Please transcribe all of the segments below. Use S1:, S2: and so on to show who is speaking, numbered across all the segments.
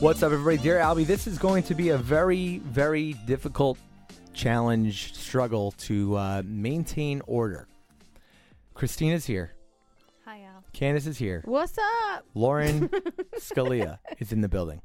S1: What's up, everybody? Dear Albie, this is going to be a very, very difficult challenge, struggle to uh, maintain order. Christina's here.
S2: Hi, Al.
S1: Candace is here.
S2: What's up?
S1: Lauren Scalia is in the building.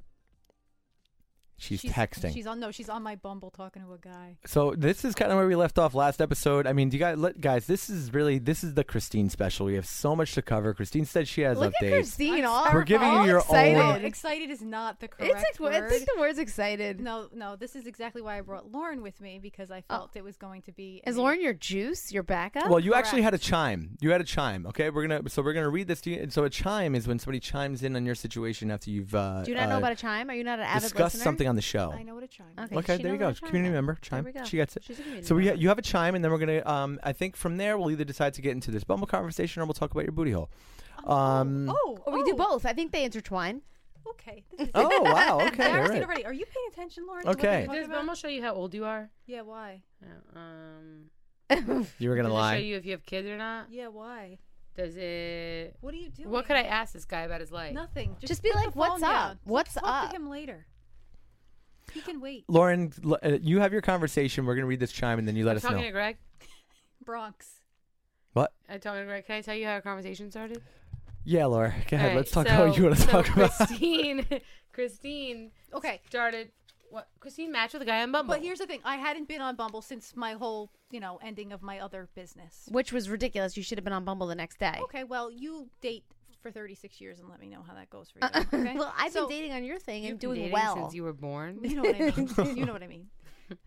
S1: She's, texting.
S2: She's on no. She's on my Bumble talking to a guy.
S1: so this is kind of where we left off last episode. I mean, do you guys, let, guys? This is really this is the Christine special. We have so much to cover. Christine said she has
S3: Look at
S1: updates.
S3: Christine.
S2: I'm
S3: All,
S2: sorry. We're
S1: giving you
S3: all
S1: your
S3: excited.
S2: No,
S1: Excited.
S2: excited is not the correct
S3: Oh, It's ex-
S2: word.
S3: I think the word's excited.
S2: no, no. This is exactly why I brought Lauren with me because I felt it was going to be.
S3: Oh. Is
S2: an-
S3: Lauren your juice, your
S4: Oh,
S3: backup?
S1: Well, you actually had a chime. You had a chime. Okay, we're gonna so we're gonna read this. To you. So a chime is when somebody chimes in on your situation after you've uh,
S3: Do you not know
S1: uh,
S3: about a chime? Are you not an avid
S1: discussed
S3: listener?
S1: something on the show.
S2: I know what a chime. is.
S3: Okay,
S1: Okay,
S3: she
S1: there you
S3: knows
S1: go.
S3: about a chime
S1: Community
S3: then.
S1: member,
S3: There
S1: chime.
S3: we go.
S1: She gets it.
S3: She's a community
S1: So we ha-
S3: member.
S1: you have a chime, and then we're gonna. Um, I think from there we'll either decide to get into this bumble conversation or we'll talk about your booty hole. Um,
S2: Oh,
S3: Or we do both. I think they intertwine.
S2: Okay. This is
S1: oh, wow. Okay. all
S2: embarrassing
S1: right.
S2: already. Are you paying attention, Lauren?
S1: Okay.
S2: To what they're talking
S4: Does Bumble
S2: about?
S4: show you how old you are?
S2: Yeah. Why?
S4: Yeah, Um,
S1: You were
S4: does
S1: gonna
S4: it show
S1: lie.
S4: you if you have kids or not?
S2: Yeah. Why?
S4: Does it?
S2: What are you doing?
S4: What could I ask this guy about his life?
S2: Nothing. Just,
S3: Just be
S2: put the
S3: like, "What's
S2: phone down.
S3: up? What's
S2: talk
S3: up?"
S2: to him later. He can wait.
S1: Lauren, l- uh, you have your conversation. We're gonna read this chime, and then you let
S4: I'm
S1: us
S4: talking
S1: know.
S4: to Greg.
S2: Bronx.
S1: What?
S4: I'm talking to Greg. Can I tell you how our conversation started?
S1: Yeah, Laura. Go ahead.
S4: Alright,
S1: Let's talk
S4: so,
S1: about what you want to
S4: so
S1: talk about.
S4: Christine. Christine
S2: Okay.
S4: started. What? Christine matched with a guy on Bumble.
S2: But here's the thing: I hadn't been on Bumble since my whole, you know, ending of my other business.
S3: Which was ridiculous. You should have been on Bumble the next day.
S2: Okay, well, you date for 36 years and let me know how that goes for you. Okay?
S3: well, I've
S2: So-
S3: been dating on your thing
S4: You've
S3: and
S4: been
S3: doing
S4: dating
S3: well.
S4: since you were born.
S2: You know what I mean. you know what I mean.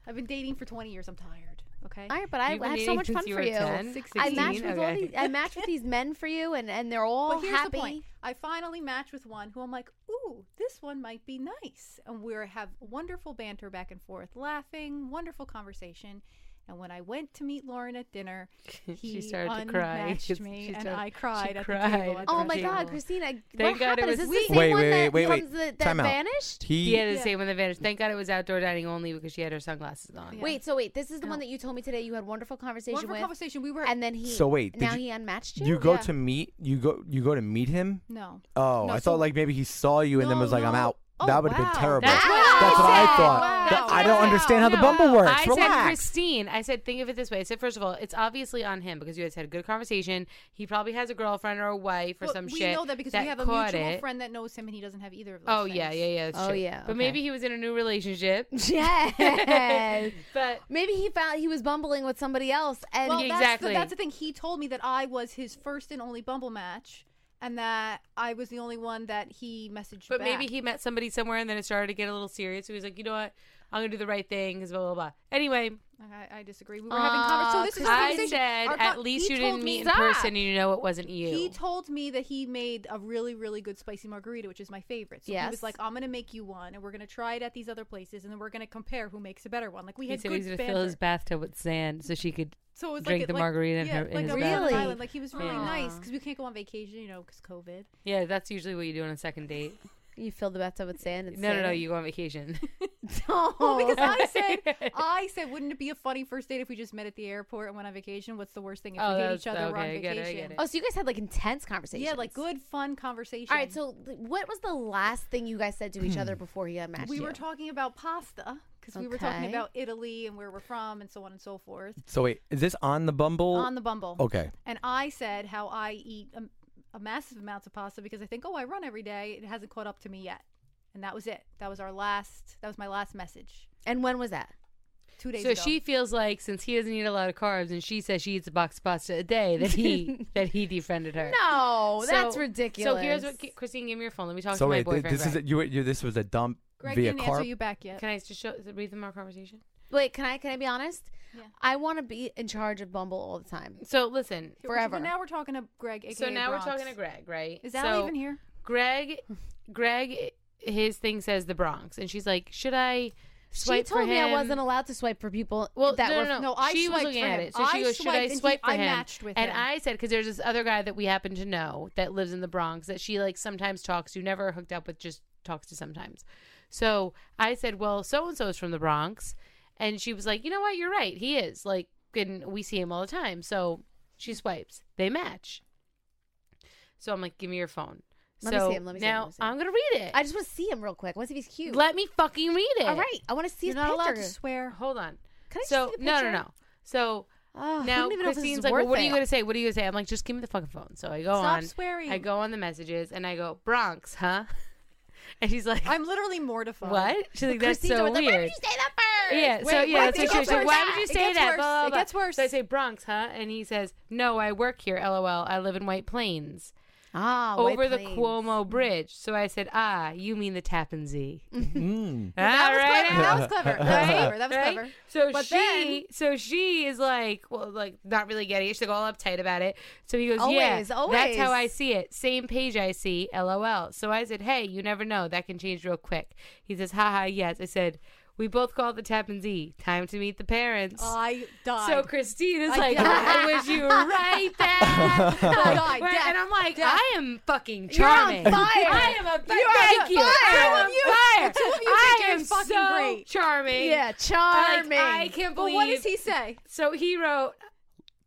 S2: I've been dating for 20 years. I'm tired. Okay.
S3: All right, but I,
S4: You've
S3: I
S4: been
S3: have so
S4: dating
S3: much
S4: since
S3: fun
S4: you
S3: for
S4: were
S3: you.
S4: 10,
S3: I
S4: 16,
S3: match with all
S4: okay.
S3: these. I match with these men for you, and and they're all
S2: But here's
S3: happy.
S2: the point. I finally matched with one who I'm like, ooh, this one might be nice. And we have wonderful banter back and forth, laughing, wonderful conversation. And when I went to meet Lauren at dinner, he
S4: She started to cry.
S2: unmatched
S4: She
S2: me, and
S4: started-
S2: I
S4: she
S2: cried at
S4: cried
S2: the table.
S4: at
S2: at
S4: the
S3: Oh
S2: the
S3: my
S2: table.
S3: God,
S4: table.
S3: Christina! what
S4: Thank God it
S3: happened? Is
S4: was
S3: this the
S4: we.
S3: same
S1: Wait,
S3: one
S1: wait,
S3: that,
S1: wait,
S3: the
S1: wait.
S3: ones that, that
S1: Time out.
S3: vanished?
S1: He.
S4: Yeah, the
S2: Yeah.
S4: same one that vanished. Thank God it was outdoor dining only because she had her sunglasses on.
S2: Yeah.
S3: Wait, so wait, this is the
S2: No.
S3: one that you told me today you had wonderful conversation
S2: Wonderful
S3: with,
S2: conversation. We were
S3: and then he.
S1: So wait, did
S3: now
S1: you-
S3: he unmatched you.
S1: You go
S2: Yeah.
S1: to meet. You go. You go to meet him.
S2: no.
S1: Oh,
S2: No,
S1: I
S2: so-
S1: thought like maybe he saw you and then
S2: No,
S1: was like, "I'm
S2: no.
S1: out."
S2: Oh,
S1: that would have
S2: wow.
S1: been terrible.
S4: That's what I
S1: That's what I
S4: said.
S1: thought.
S2: Wow.
S1: That- I
S2: Wow.
S1: don't understand how the
S4: No.
S1: bumble works.
S4: I said,
S1: Relax.
S4: Christine, I said, think of it this way. I said, first of all, it's obviously on him because you guys had a good conversation. He probably has a girlfriend or a wife or
S2: But
S4: some
S2: we
S4: shit.
S2: know that because we have a
S4: caught
S2: mutual
S4: it.
S2: friend that knows him, and he doesn't have either of those.
S4: Oh,
S2: things.
S4: yeah, yeah, yeah. that's
S3: Oh,
S4: true.
S3: yeah,
S4: But
S3: okay.
S4: maybe he was in a new relationship.
S3: Yes.
S4: But
S3: Maybe he found he was bumbling with somebody else, and
S2: Well,
S4: Yeah,
S2: that's, the,
S4: exactly.
S2: that's the thing. He told me that I was his first and only Bumble match, and that I was the only one that he messaged.
S4: but
S2: back.
S4: maybe he met somebody somewhere and then it started to get a little serious. So he was like, you know what? I'm going to do the right thing because blah, blah, blah. Anyway,
S2: I, I disagree. We were having conversation. So
S3: Aw,
S2: this is the conversation.
S4: I said,
S2: Our
S4: at
S2: con-
S4: least
S2: he
S4: you
S2: told
S4: didn't
S2: me-
S4: meet in person and you know it wasn't you.
S2: He told me that he made a really, really good spicy margarita, which is my favorite. So he was
S3: Yes.
S2: like, "I'm gonna make you one, and we're gonna try it at these other places, and then we're gonna compare who makes a better one." Like we
S4: He
S2: had
S4: said
S2: good
S4: he was going to fill his
S2: banter.
S4: bathtub with sand so she could
S2: So it was
S4: drink
S2: like,
S4: the
S2: like,
S4: margarita in
S2: yeah,
S4: her- in
S2: like
S4: his
S2: a real
S3: bath.
S2: island. Like he was really
S4: Yeah.
S2: nice because we can't go on vacation, you know, because COVID.
S4: Yeah, that's usually what you do on a second date.
S3: you filled the bathtub with sand. And Oh,
S4: No, no, no,
S3: sand.
S4: you go on vacation.
S3: No,
S2: Well, because I said, I said, wouldn't it be a funny first date if we just met at the airport and went on vacation? What's the worst thing if
S4: Oh,
S2: we hate
S4: that's-
S2: each other? we're on
S4: okay, I get it, I
S2: vacation.
S4: get it.
S3: Oh, so you guys had like intense conversations.
S2: Yeah, like good, fun conversation.
S3: All right, so th- what was the last thing you guys said to each
S1: Hmm.
S3: other before he unmatched
S2: we
S3: you?
S2: were talking about pasta because we were talking
S3: Okay.
S2: about Italy and where we're from and so on and so forth
S1: So wait, is this on the bumble?
S2: on the Bumble.
S4: oh.
S1: okay.
S2: And I said how I eat a, a massive amounts of pasta because I think, oh, I run every day. It hasn't caught up to me yet. And that was it. That was our last. That was my last message.
S3: and when was that?
S2: Two days
S4: so
S2: ago.
S4: she feels like since he doesn't eat a lot of carbs and she says she eats a box of pasta a day that he that he defriended her.
S3: No,
S4: So-
S3: that's ridiculous.
S4: So here's what Christine, give me your phone. Let me talk
S1: So
S4: to my
S1: wait, thi-
S4: boyfriend.
S1: this is a,
S4: Greg.
S1: you, you. This was a dump
S2: Greg
S1: via
S2: didn't
S1: car.
S2: answer you back yet.
S4: Can I just show read them our conversation?
S3: Wait, can I can I be honest?
S2: Yeah.
S3: I want to be in charge of Bumble all the time.
S4: So listen.
S2: Here, we're-
S3: forever.
S2: now we're talking to Greg. AKA
S4: So now
S2: Bronx.
S4: we're talking to Greg, right?
S2: Is that
S4: so
S2: even here?
S4: Greg Greg his thing says the Bronx and she's like, Should I swipe
S3: she told
S4: for
S3: me
S4: him?
S3: I wasn't allowed to swipe for people
S4: Well,
S3: that
S4: no,
S3: were
S4: no, no.
S2: no, I
S4: she was
S2: swiped
S4: looking
S2: for
S4: at
S2: him.
S4: it. So she
S2: I
S4: goes, "Should
S2: swiped
S4: I
S2: and he-
S4: swipe for
S2: I
S4: him?"
S2: matched with
S4: and
S2: him.
S4: I said, "Because there's this other guy that we happen to know that lives in the Bronx that she like sometimes talks to, never hooked up with, just talks to sometimes." So I said, "Well, so and so is from the Bronx," and she was like, "You know what? You're right. He is like, and we see him all the time." So she swipes. They match. So I'm like, "Give me your phone."
S3: Let me
S4: so
S3: see him, let me see him,
S4: now
S3: let me see him.
S4: I'm gonna read it.
S3: I just want to see him real quick. I want to see if he's cute.
S4: Let me fucking read it.
S3: All right. I want to see
S2: You're
S3: his
S2: not allowed
S3: picture.
S2: to swear.
S4: Hold on.
S3: Can I just
S4: so
S3: see the
S4: no, no,
S3: picture?
S4: no. So
S3: Oh, I
S4: now
S3: don't even know if this
S4: Christine's
S3: is
S4: like, well,
S3: worth
S4: what are you
S3: it.
S4: gonna say? What are you gonna say? I'm like, just give me the fucking phone. So I go
S2: Stop
S4: on.
S2: swearing.
S4: I go on the messages and I go Bronx, huh? And she's like,
S2: I'm literally mortified.
S4: what? She's like, that's
S3: Christine
S4: so
S3: was like, Why did
S4: weird.
S3: you say that first?
S4: Yeah, so
S2: Wait,
S4: yeah,
S2: why
S4: that's
S2: did you
S4: what she was
S2: go
S4: like. Why
S2: first?
S4: would you
S2: It
S4: say
S2: gets
S4: that?
S2: worse.
S4: Blah, blah,
S2: It
S4: blah.
S2: gets worse.
S4: So I say Bronx, huh? And he says, "No, I work here. LOL. I live in White Plains,
S3: Ah, White
S4: over the
S3: Plains.
S4: Cuomo Bridge." So I said, "Ah, you mean the Tappan Zee?" All
S1: Hmm.
S5: Mm.
S2: That was
S4: right.
S2: clever. That was clever. That was
S4: Right?
S2: clever. That was
S4: Right?
S2: clever.
S4: So
S2: But
S4: she,
S2: then-
S4: so she is like, well, like not really getting it. She's like all uptight about it. So he goes,
S3: Always,
S4: yeah, that's
S3: always.
S4: how I see it. Same page I see. LOL. So I said, hey, you never know. That can change real quick. He says, haha, yes. I said, we both call it the Tappan Z. Time to meet the parents.
S2: I died.
S4: so Christine is
S2: I
S4: like,
S2: died.
S4: I wish you were right back.
S2: died.
S4: Right?
S2: Death.
S4: and I'm like,
S2: Death.
S4: I am fucking
S3: You're on
S4: charming.
S3: fire.
S4: I am a
S3: You are
S4: thank
S3: on
S4: you.
S3: fire.
S4: I
S2: Two
S4: am
S2: of you-
S4: fire.
S2: the two of you
S4: I
S2: think you're
S4: am
S2: fucking
S4: so
S2: great.
S4: charming.
S3: Yeah,
S4: I-
S3: charming.
S4: I, can't
S2: But
S4: believe.
S2: what does he say?
S4: So he wrote.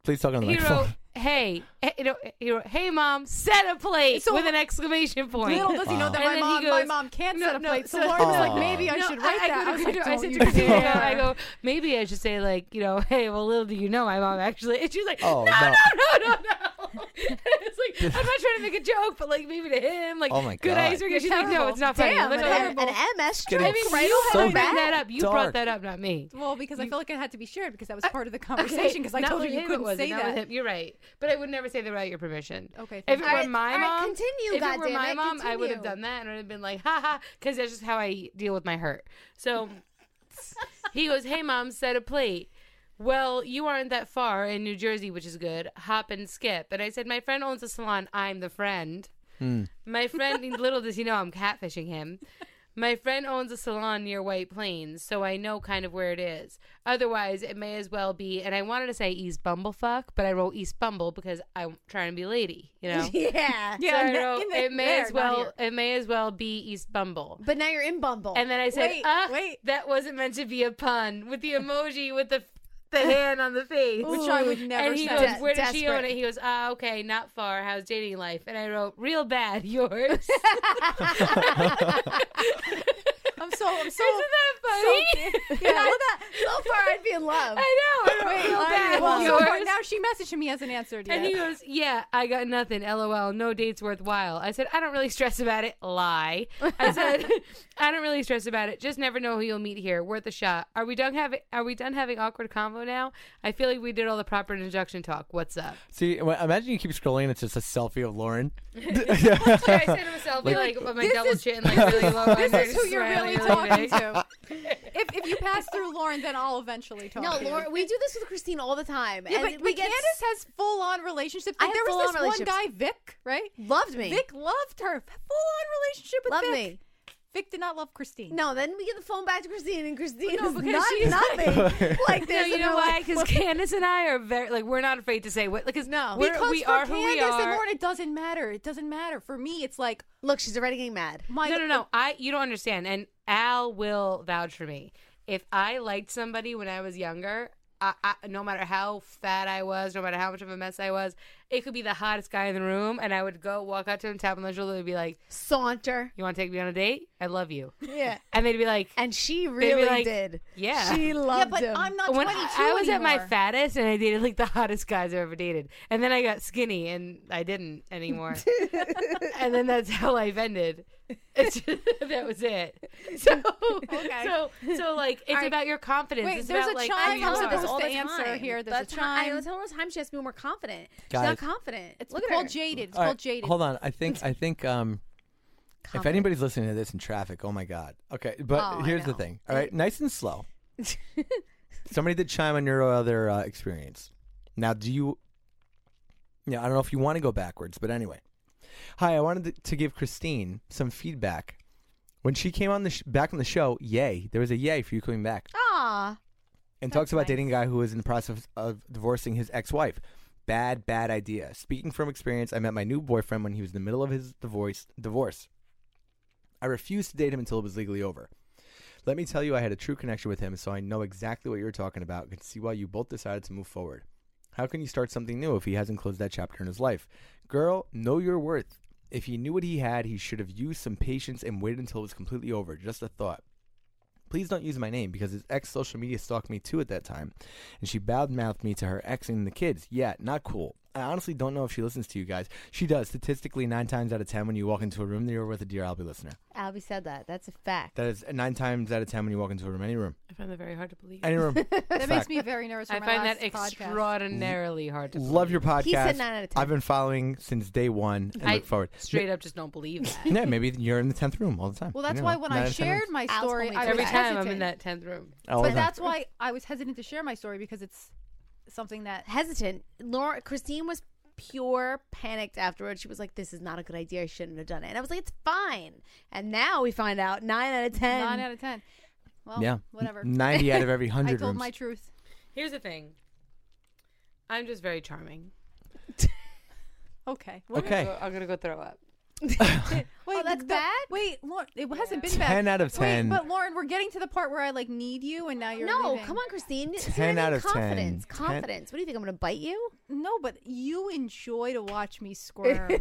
S5: Please talk on the
S4: He wrote.
S5: microphone.
S4: Hey, eh, you know, he wrote, hey, mom, set a plate
S2: So-
S4: with an exclamation point.
S2: Little does he know
S5: Wow.
S2: that
S4: And
S2: my
S4: then he
S2: mom, my
S4: goes,
S2: mom can't
S4: no,
S2: set a
S4: no,
S2: plate. So
S4: so-
S2: Lauren was like,
S5: Aw.
S2: maybe I
S4: No,
S2: should write that. I was
S4: go
S2: like,
S4: to her- I
S2: don't
S4: said
S2: you
S4: to Christina,
S2: dare.
S4: I go, maybe I should say like, you know, hey, well, little do you know, my mom actually. And she's like,
S5: Oh,
S4: no,
S5: no.
S4: no, no, no, no. it's like I'm not trying to make a joke, but like maybe to him, like,
S5: Oh, my
S4: good
S5: God.
S4: eyes are good. She's like, no,
S2: terrible.
S4: it's not funny.
S3: Damn,
S4: I'm like,
S3: an,
S4: "Oh,
S3: an,
S2: horrible.
S3: an MS
S5: getting
S3: stroke.
S5: so
S4: I mean, you
S5: so
S4: brought that
S5: bad.
S4: up. You
S5: Dark.
S4: brought that up, not me.
S2: Well, because I feel like it had to be shared because that was part of the conversation. Because I
S4: Not
S2: told
S4: with
S2: you
S4: him
S2: you
S4: it
S2: couldn't
S4: wasn't,
S2: say
S4: not with
S2: that.
S4: him. You're right, but I would never say that without your permission.
S2: Okay,
S4: If it
S2: thank
S4: were
S2: you.
S3: All right,
S4: my
S3: all right,
S4: mom,
S3: continue,
S4: If it were
S3: goddammit,
S4: my mom, I would
S3: continue.
S4: have done that and I would have been like, haha, because that's just how I deal with my hurt. So he goes, "Hey, mom, set a plate." Well, you aren't that far in New Jersey, which is good. Hop and skip. And I said, my friend owns a salon. I'm the friend. My friend, little does he know, I'm catfishing him. My friend owns a salon near White Plains, so I know kind of where it is. Otherwise, it may as well be. And I wanted to say East Bumblefuck, but I wrote East Bumble because I'm trying to be a lady, you know.
S3: yeah.
S4: So I
S2: in the-
S4: wrote,
S2: in the-
S4: it may
S2: there,
S4: as
S2: not
S4: well.
S2: here.
S4: It may as well be East Bumble.
S3: But now you're in Bumble.
S4: And then I said,
S2: Wait,
S4: "Uh,
S2: wait."
S4: that wasn't meant to be a pun." With the emoji with the the hand on the face.
S2: Which I would never
S4: and he
S2: say.
S4: goes,
S3: De-
S4: "Where did she own
S3: desperate.
S4: it?" He goes, "Ah, okay, not far. How's dating life?" And I wrote, "Real bad, yours."
S2: I'm so, I'm so.
S4: Isn't that funny?
S2: yeah, I love that.
S3: so far, I'd be in love.
S4: I know. I wrote,
S2: Wait,
S4: real
S2: Lauren,
S4: bad,
S2: well, so
S4: yours.
S2: far- now she messaged him. He hasn't answered yet.
S4: and he goes, "Yeah, I got nothing. LOL. No dates worthwhile." I said, "I don't really stress about it." Lie. I said, "I don't really stress about it. Just never know who you'll meet here. Worth a shot." Are we done having? Are we done having awkward convo now? I feel like we did all the proper introduction talk. What's up?
S5: See, w- imagine you keep scrolling. It's just a selfie of Lauren.
S4: So I said to myself, like, like with my double chin, like really low.
S2: this is who you're really talking
S4: big.
S2: to. If, if you pass through Lauren, then I'll eventually talk.
S3: no,
S2: to you.
S3: Laura, we do this with Christine all the time.
S2: Yeah,
S3: and
S2: but,
S3: we
S2: but
S3: get
S2: Candace has full on relationships.
S3: I
S2: Like,
S3: have
S2: there was
S3: full-on
S2: this one
S3: relationships.
S2: guy, Vic, right?
S3: loved me.
S2: Vic loved her. Full on relationship with
S3: loved
S2: Vic.
S3: me.
S2: Vic did not love Christine.
S3: No, then we get the phone back to Christine, and Christine
S2: Well, no,
S3: is
S2: because
S3: not
S2: she's-
S3: nothing like
S4: No,
S3: this.
S4: you
S3: and
S4: know
S3: we're
S4: why?
S3: like,
S4: Because
S3: well,
S4: Candace and I are very like we're not afraid to say what because
S3: No.
S4: we're,
S2: because
S4: we
S2: for
S4: are who
S2: Candace
S4: we are.
S2: and Lauren, it doesn't matter. It doesn't matter. For me, it's like
S3: look, she's already getting mad.
S2: my
S4: no, no, no. I you don't understand. And Al will vouch for me. If I liked somebody when I was younger, I, I, no matter how fat I was, no matter how much of a mess I was, it could be the hottest guy in the room, and I would go walk out to him, tap him on the shoulder, and be like,
S3: Saunter.
S4: "You want to take me on a date? I love you."
S3: Yeah.
S4: And they'd be like,
S3: And she really
S4: like,
S3: did.
S4: "Yeah."
S3: She
S2: Yeah,
S3: loved
S2: but
S3: him.
S2: I'm not
S4: when
S2: 22
S4: I, I was at my
S2: anymore.
S4: fattest, and I dated like the hottest guys I ever dated, and then I got skinny, and I didn't anymore. and then that's how life ended. It's just, that was it. So, so, so like it's
S3: All right.
S4: about your confidence.
S2: Wait,
S4: it's
S2: there's
S4: about,
S2: a
S4: like,
S2: chime
S4: who you
S2: also
S4: are.
S2: this all the answer here. There's
S3: That's
S2: a
S3: how- I
S2: chime.
S3: tell her all the time she has to be more confident. She's
S5: Guys.
S3: not confident.
S2: It's
S3: Look at
S2: called
S3: her.
S2: jaded. It's
S5: All right,
S2: called jaded.
S5: Hold on. I think I think um if
S3: Confident.
S5: anybody's listening to this in traffic, oh my god. Okay, but
S3: Oh, I
S5: here's the
S3: know.
S5: thing. All right, nice and slow. Somebody did chime on your other uh, experience. Now, do you? Yeah, I don't know if you want to go backwards, but anyway. Hi, I wanted to- to give Christine some feedback. When she came on the sh- back on the show, yay! There was a yay for you coming back,
S3: Aw.
S5: and talks about dating a guy who was in the process of divorcing his ex-wife. Bad, bad idea. Speaking from experience, I met my new boyfriend when he was in the middle of his divorce. Divorce. I refused to date him until it was legally over. Let me tell you, I had a true connection with him, so I know exactly what you're talking about and can see why you both decided to move forward. How can you start something new if he hasn't closed that chapter in his life? Girl, know your worth.
S1: If he knew what he had, he should have used some patience and waited until it was completely over. Just a thought. Please don't use my name because his ex social media stalked me too at that time, and she badmouthed me to her ex and the kids. Yeah, not cool. I honestly don't know if she listens to you guys. She does. Statistically, nine times out of ten, when you walk into a room, you're with a Dear Albie listener.
S3: Albie said that. That's a fact.
S1: That is nine times out of ten when you walk into a room, any room,
S4: I find that very hard to believe.
S1: any room.
S2: That makes me very nervous. For
S4: I
S2: my
S4: find
S2: last
S4: that
S2: podcast.
S4: extraordinarily hard to believe.
S1: Love your podcast.
S3: He said nine out of ten.
S1: I've been following since day one and
S4: I
S1: look forward.
S4: straight up just don't believe that.
S1: Yeah, maybe you're in the tenth room all the time.
S2: Well, that's
S1: You know,
S2: why when
S1: nine
S2: I
S1: out of 10
S2: shared
S1: rooms.
S2: my
S3: Al's
S2: story,
S3: only
S2: I was
S4: Every time I'm
S2: hesitant.
S4: in that 10th room.
S1: all the
S2: But
S1: time.
S2: that's why I was hesitant to share my story because it's something that
S3: hesitant. Laura Christine was pure panicked afterwards. She was like, "This is not a good idea. I shouldn't have done it." And I was like, "It's fine." And now we find out nine out of ten.
S2: nine out of ten. Well,
S1: yeah,
S2: whatever.
S1: Ninety out of every
S2: I
S1: hundred
S2: told
S1: rooms.
S2: my truth.
S4: Here's the thing. I'm just very charming.
S2: Okay.
S4: We're
S1: Okay.
S4: Gonna go, I'm gonna go throw up.
S2: Wait,
S3: Oh, that's
S2: but-
S3: bad?
S2: Wait, Lauren, it hasn't been bad.
S1: ten out of
S2: Wait,
S1: ten.
S2: but Lauren, we're getting to the part where I like need you, and now you're
S3: no,
S2: leaving.
S3: come on, Christine. It's
S1: 10
S3: not
S1: out
S3: even
S1: of 10.
S3: confidence.
S1: 10.
S3: Confidence. What do you think? I'm going to bite you?
S2: No, but you enjoy to watch me squirm,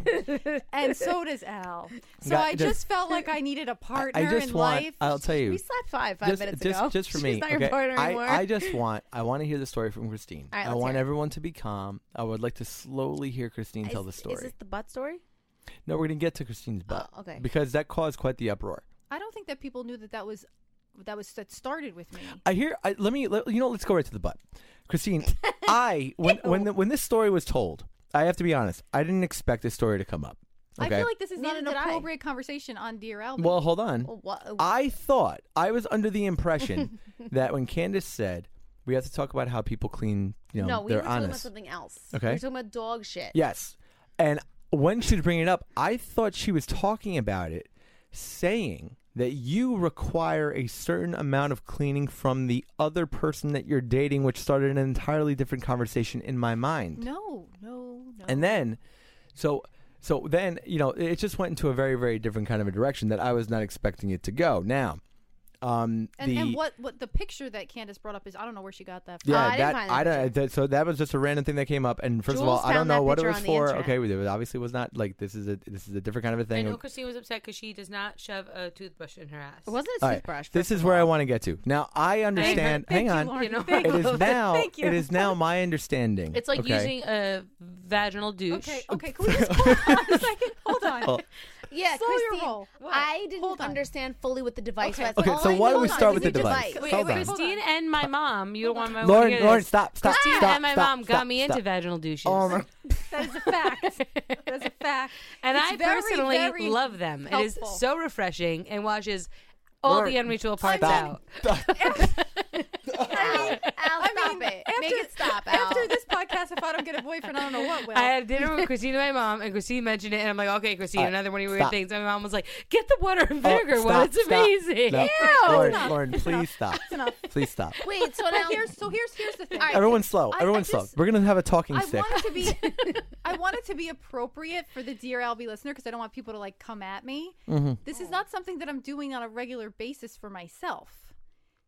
S2: and so does Al. So
S1: Got-
S2: I
S1: just-
S2: just felt like I needed a
S1: I-
S2: partner
S1: I just
S2: in
S1: want.
S2: life.
S1: I'll tell you.
S3: We slapped five five
S1: just,
S3: minutes
S1: just,
S3: ago.
S1: just for
S3: She's
S1: me.
S3: not
S1: okay?
S3: your partner
S1: I,
S3: anymore.
S1: I just want. I want to hear the story from Christine.
S3: All right,
S1: I
S3: let's
S1: want
S3: hear it.
S1: everyone to be calm. I would like to slowly hear Christine tell
S3: Is-
S1: the story.
S3: Is this the butt story?
S1: No, we're gonna get to Christine's butt.
S3: Oh, okay.
S1: Because that caused quite the uproar.
S2: I don't think that people knew that that was that was that started with me.
S1: I hear. I, let me. Let, you know. Let's go right to the butt. Christine, I when when the, when this story was told, I have to be honest. I didn't expect this story to come up.
S2: I feel like this is not
S3: Neither
S2: an
S3: did I.
S2: appropriate conversation on Dear Albie.
S1: Well, hold on.
S3: Well, what? uh,
S1: I thought I was under the impression that when Candace said we have to talk about how people clean, you know,
S3: no, we
S1: they're
S3: were talking about
S1: honest.
S3: something else.
S1: Okay.
S3: We were talking about dog shit.
S1: Yes. And when she was bringing it up, I thought she was talking about it, saying that you require a certain amount of cleaning from the other person that you're dating, which started an entirely different conversation in my mind.
S2: no, no, no.
S1: And then, so. So then, you know, it just went into a very, very different kind of a direction that I was not expecting it to go. Now, um,
S2: and,
S1: the,
S2: and what what the picture that Candace brought up is I don't know where she got that. From.
S1: Yeah,
S3: I didn't
S1: that
S3: find that
S1: I don't. That, so that was just a random thing that came up, and first of
S3: Jules
S1: all, I don't
S3: found that
S1: know what it
S3: picture
S1: was
S3: on the
S1: for.
S3: internet.
S1: Okay, it obviously was not like this is a this is a different kind of a
S4: I
S1: thing.
S4: know Christine was upset because she does not shove a toothbrush in her ass.
S3: It wasn't a
S1: All right,
S3: toothbrush.
S1: This
S3: first
S1: is
S3: of
S1: where I
S3: all.
S1: want to get to. Now I understand.
S2: Thank
S1: hang
S2: you,
S1: on.
S2: Lauren.
S4: You know,
S2: Thank
S1: It
S2: you.
S1: is now.
S2: Thank you.
S1: It is now my understanding.
S4: It's like
S1: okay?
S4: using a vaginal douche.
S2: Okay, okay. Can we just hold on a second? Hold on.
S1: Oh.
S3: Yeah,
S2: Slow your
S3: Christine,
S2: roll. What?
S3: I didn't
S2: Hold on.
S3: understand fully what the device
S2: Okay.
S3: was.
S1: Okay,
S3: All
S1: so
S3: I
S1: why
S3: knew
S1: don't we
S3: was
S1: start
S3: it
S1: with
S3: was
S1: the
S3: a
S1: device?
S2: Wait,
S1: Hold
S2: wait,
S1: on.
S2: hold
S4: Christine and my mom. You don't want oh my
S1: Lauren,
S4: to
S1: Lauren, stop, stop,
S4: Christine
S1: stop,
S4: and my
S1: stop,
S4: mom
S1: stop,
S4: got me into
S1: stop.
S4: vaginal douches.
S1: Oh my!
S2: That is a fact. That is a fact.
S4: and
S2: It's
S4: I
S2: very,
S4: personally
S2: very
S4: love them. It
S2: helpful.
S4: is so refreshing and washes all
S1: Lauren,
S4: the unreachable parts out.
S1: Stop.
S3: Al,
S2: I
S3: stop
S2: mean,
S3: it.
S2: after-
S3: Make it stop, Al.
S2: After this podcast, if I don't get a boyfriend, I don't know what will.
S4: I had dinner with Christine and my mom, and Christine mentioned it, and I'm like, okay, Christine,
S1: All right,
S4: another one of your
S1: stop.
S4: weird things. And my mom was like, get the water and vinegar
S1: Oh,
S4: one.
S1: stop,
S4: It's
S1: stop.
S4: amazing.
S1: No. Lauren, Lauren, please stop.
S2: enough.
S1: Please stop.
S3: Wait, so now
S2: But here's so here's here's the thing.
S3: All right.
S1: Everyone's slow.
S2: I- I
S1: Everyone's slow.
S2: just-
S1: We're gonna have a talking
S2: I
S1: stick.
S2: want it to be I want it to be appropriate for the Dear Albie listener because I don't want people to like come at me.
S1: Mm-hmm.
S2: This is not something that I'm doing on a regular basis for myself.